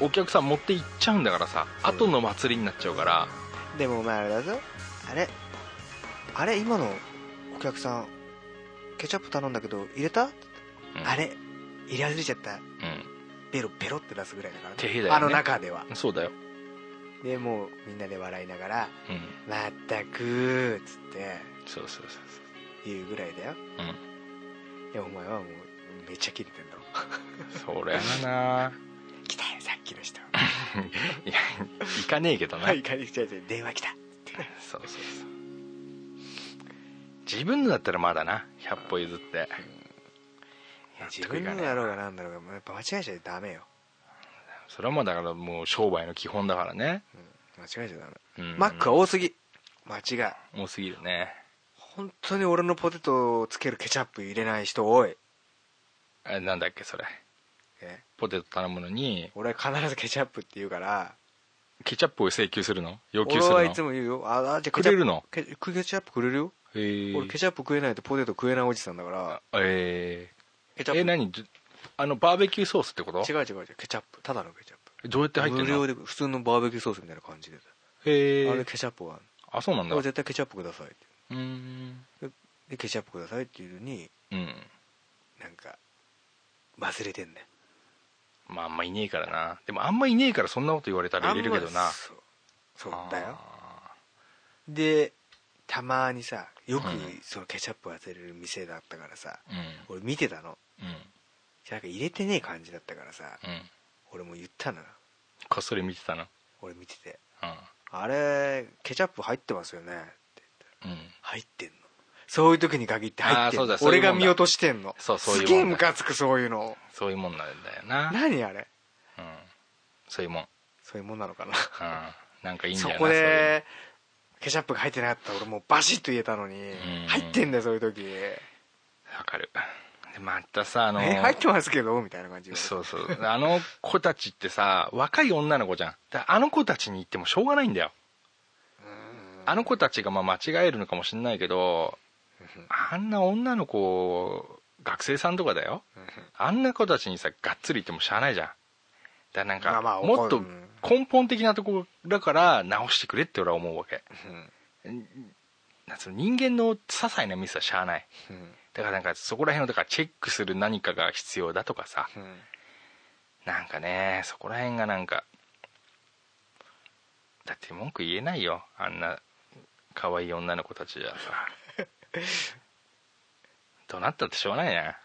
Speaker 3: お客さん持って行っちゃうんだからさ後の祭りになっちゃうから
Speaker 4: でもお前あれだぞあれあれ今のお客さんケチャップ頼んだけど入れた、
Speaker 3: ん
Speaker 4: あれ入れ忘れちゃった
Speaker 3: う
Speaker 4: ベロベロって出すぐらいだから、
Speaker 3: 手だよね
Speaker 4: あの中では
Speaker 3: んそうだよ
Speaker 4: でもうみんなで笑いながら
Speaker 3: うん
Speaker 4: 「まったく」っつって
Speaker 3: そうそうそうそう
Speaker 4: 言うぐらいだよ
Speaker 3: う
Speaker 4: でお前はもうめっちゃキレてんだろ
Speaker 3: んそりゃあな
Speaker 4: 「来たよさっきの 人」
Speaker 3: いや行かねえけどな、
Speaker 4: はい帰り来ちゃうじゃん電話来た
Speaker 3: そうそうそう自分のだったらまだな100歩譲って
Speaker 4: 自分のだろうがなんだろうがもうやっぱ間違えちゃダメよ
Speaker 3: それはもうだからもう商売の基本だからね、
Speaker 4: 間違えちゃダメ
Speaker 3: うん
Speaker 4: マックは多すぎ間違い
Speaker 3: 多すぎるね
Speaker 4: 本当に俺のポテトをつけるケチャップ入れない人多い
Speaker 3: あなんだっけそれ
Speaker 4: え
Speaker 3: ポテト頼むのに
Speaker 4: 俺は必ずケチャップって言うから
Speaker 3: ケチャップを請求するの要求
Speaker 4: 俺
Speaker 3: するの
Speaker 4: はいつも言うよああじゃあケチャップ
Speaker 3: くれるの
Speaker 4: ケケチャップくれるよ
Speaker 3: へー
Speaker 4: 俺ケチャップ食えないとポテト食えないおじさんだから
Speaker 3: え
Speaker 4: ケチ
Speaker 3: ー、
Speaker 4: ャ
Speaker 3: え
Speaker 4: ッ
Speaker 3: 何じあのバーベキューソースってこと
Speaker 4: プ違う違う違うケチャップただのケチャップ
Speaker 3: どうやって入って
Speaker 4: 無
Speaker 3: る
Speaker 4: 料
Speaker 3: の
Speaker 4: で普通のバーベキューソースみたいな感じで
Speaker 3: へ
Speaker 4: あれ
Speaker 3: え
Speaker 4: ケチャップは
Speaker 3: あそうなんだ
Speaker 4: これ
Speaker 3: う
Speaker 4: 絶対ケチャップくださいって
Speaker 3: ーん
Speaker 4: でケチャップくださいっていうのに
Speaker 3: うん
Speaker 4: なんか忘れてんね
Speaker 3: まああんまいねえからなでもあんまいねえからそんなこと言われたら入れるけど
Speaker 4: あん
Speaker 3: な
Speaker 4: まそうそうだよでたまにさよく
Speaker 3: うん
Speaker 4: そのケチャップ忘れる店だったからさ、
Speaker 3: うん
Speaker 4: 俺見てたの
Speaker 3: うん
Speaker 4: なんか入れてねえ感じだったからさ
Speaker 3: うん
Speaker 4: 俺も言ったのよ
Speaker 3: こっそり見てたの
Speaker 4: 俺見てて
Speaker 3: う
Speaker 4: 「あれケチャップ入ってますよね」って
Speaker 3: んうん
Speaker 4: 入ってんのそういう時に限って入ってん
Speaker 3: あーそうだ
Speaker 4: の
Speaker 3: そうい
Speaker 4: 俺
Speaker 3: うもんだ
Speaker 4: が見落としてんの
Speaker 3: そうそういうもん
Speaker 4: す
Speaker 3: だ
Speaker 4: げえムカつくそういうの
Speaker 3: そういうもんなんだよな
Speaker 4: 何あれ
Speaker 3: うんそういうもん、うん、
Speaker 4: そういうもんなのかな
Speaker 3: なんかいいんだ
Speaker 4: そ
Speaker 3: よな
Speaker 4: こ
Speaker 3: そういうの
Speaker 4: でケチャップが入ってなかったら俺もうバシッと言えたのに
Speaker 3: ん
Speaker 4: 入ってんだよそういう時
Speaker 3: わかるでまたさあの
Speaker 4: え入ってますけどみたいな感じで
Speaker 3: そう そうあの子たちってさ若い女の子じゃんだあの子たちに言ってもしょうがないんだよあの子たちがまあ間違えるのかもしれないけどあんな女の子学生さんとかだよあんな子たちにさがっつり言ってもしゃあないじゃんだからなん
Speaker 4: ま
Speaker 3: か
Speaker 4: あまあ
Speaker 3: もっ
Speaker 4: う
Speaker 3: と
Speaker 4: ん
Speaker 3: 根本的なところだから直してくれって俺は思うわけなんつうの人間の些細なミスはしゃあないだからなんかそこら辺をだからチェックする何かが必要だとかさなんかねそこら辺がなんかだって文句言えないよあんな可愛い女の子たちじゃさ 怒鳴ったってしょうがないね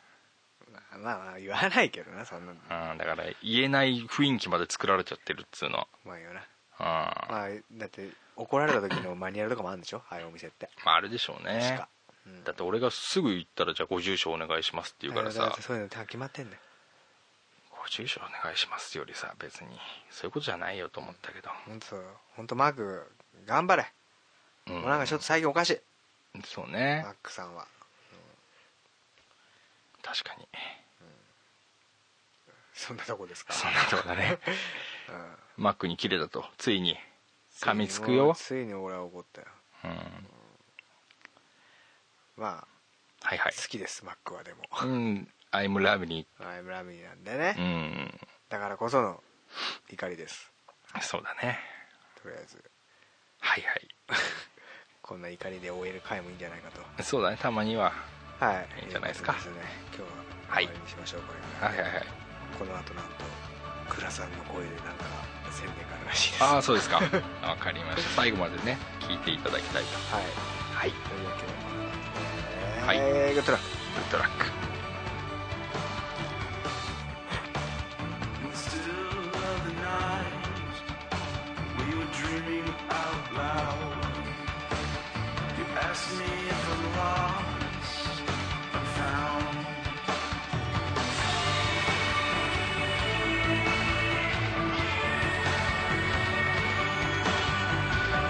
Speaker 4: まあまあ言わないけどなそんなの
Speaker 3: うんだから言えない雰囲気まで作られちゃってるっつうの
Speaker 4: まあ言わな
Speaker 3: うんま
Speaker 4: まあだって怒られた時のマニュアルとかもあるんでしょああいうお店って
Speaker 3: ああれでしょう
Speaker 4: 確
Speaker 3: ね
Speaker 4: かうん
Speaker 3: だって俺がすぐ行ったらじゃあご住所お願いしますって言うから
Speaker 4: だ
Speaker 3: さ
Speaker 4: ってそういうの多分決まってんだよ
Speaker 3: ご住所お願いしますよりさ別にそういうことじゃないよと思ったけど、
Speaker 4: 本当そう本当マーク頑張れ
Speaker 3: うん
Speaker 4: もうなんかちょっと最近おかしい
Speaker 3: そうね
Speaker 4: マックさんは
Speaker 3: 確かに
Speaker 4: そんなとこですか
Speaker 3: そんなとこだね
Speaker 4: うん
Speaker 3: マックに切れたとついに噛みつくよ
Speaker 4: ついに俺は怒ったよ
Speaker 3: うん
Speaker 4: まあ
Speaker 3: はいはい
Speaker 4: 好きですマックはでも
Speaker 3: うん「アイムラブに
Speaker 4: アイムラミーなんでね
Speaker 3: うん
Speaker 4: だからこその怒りです
Speaker 3: そうだね
Speaker 4: とりあえず
Speaker 3: はいはい
Speaker 4: こんな怒りで終える回もいいんじゃないかと
Speaker 3: そうだねたまには
Speaker 4: はい
Speaker 3: いいんじゃないですか
Speaker 4: とうことね今日は
Speaker 3: はい
Speaker 4: 終わりにしましょうこれ
Speaker 3: はいはいはい
Speaker 4: この後なんと倉さんの声でなんか宣伝があるらしいです
Speaker 3: あ
Speaker 4: は
Speaker 3: あそう ですかわかりました最後までね聞いていただきたいと
Speaker 4: い
Speaker 3: はいグ
Speaker 4: というわけで
Speaker 3: はい
Speaker 4: えーグッドラック
Speaker 3: ッドラック
Speaker 5: In the still of the night, we were dreaming out loud. You asked me if I'm lost, I'm found.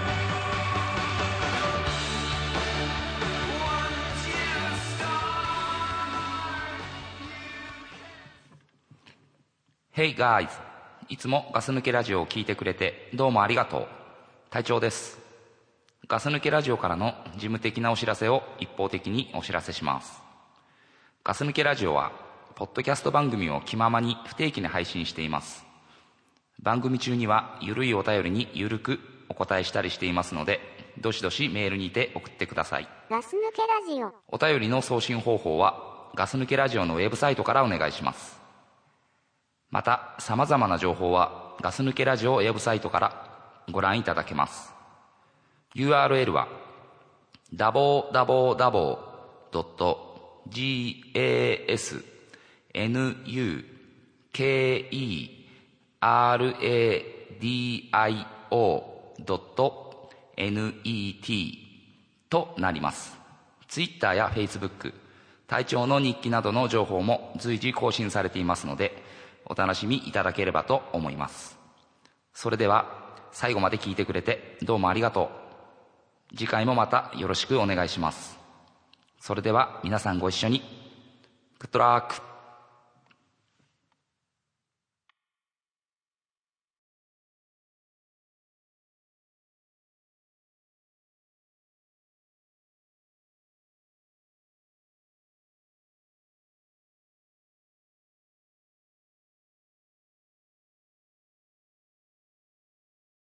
Speaker 5: Once you start.
Speaker 6: Hey guys! いつもガス抜けラジオを聞いてくれてどうもありがとう。隊長です。ガス抜けラジオからの事務的なお知らせを一方的にお知らせします。ガス抜けラジオは、ポッドキャスト番組を気ままに不定期に配信しています。番組中にはゆるいお便りにゆるくお答えしたりしていますので、どしどしメールにて送ってください。
Speaker 7: ガス抜けラジオ
Speaker 6: お便りの送信方法はガス抜けラジオのウェブサイトからお願いしますまたさまざまな情報はガス抜けラジオウェブサイトからご覧いただけます URL は www.gasnukeradio.net となります。ツイッターやフェイスブック、隊長の日記などの情報も随時更新されていますので、お楽しみいただければと思います。それでは、最後まで聞いてくれてどうもありがとう。次回もまたよろしくお願いします。それでは皆さんご一緒に。グッドラック。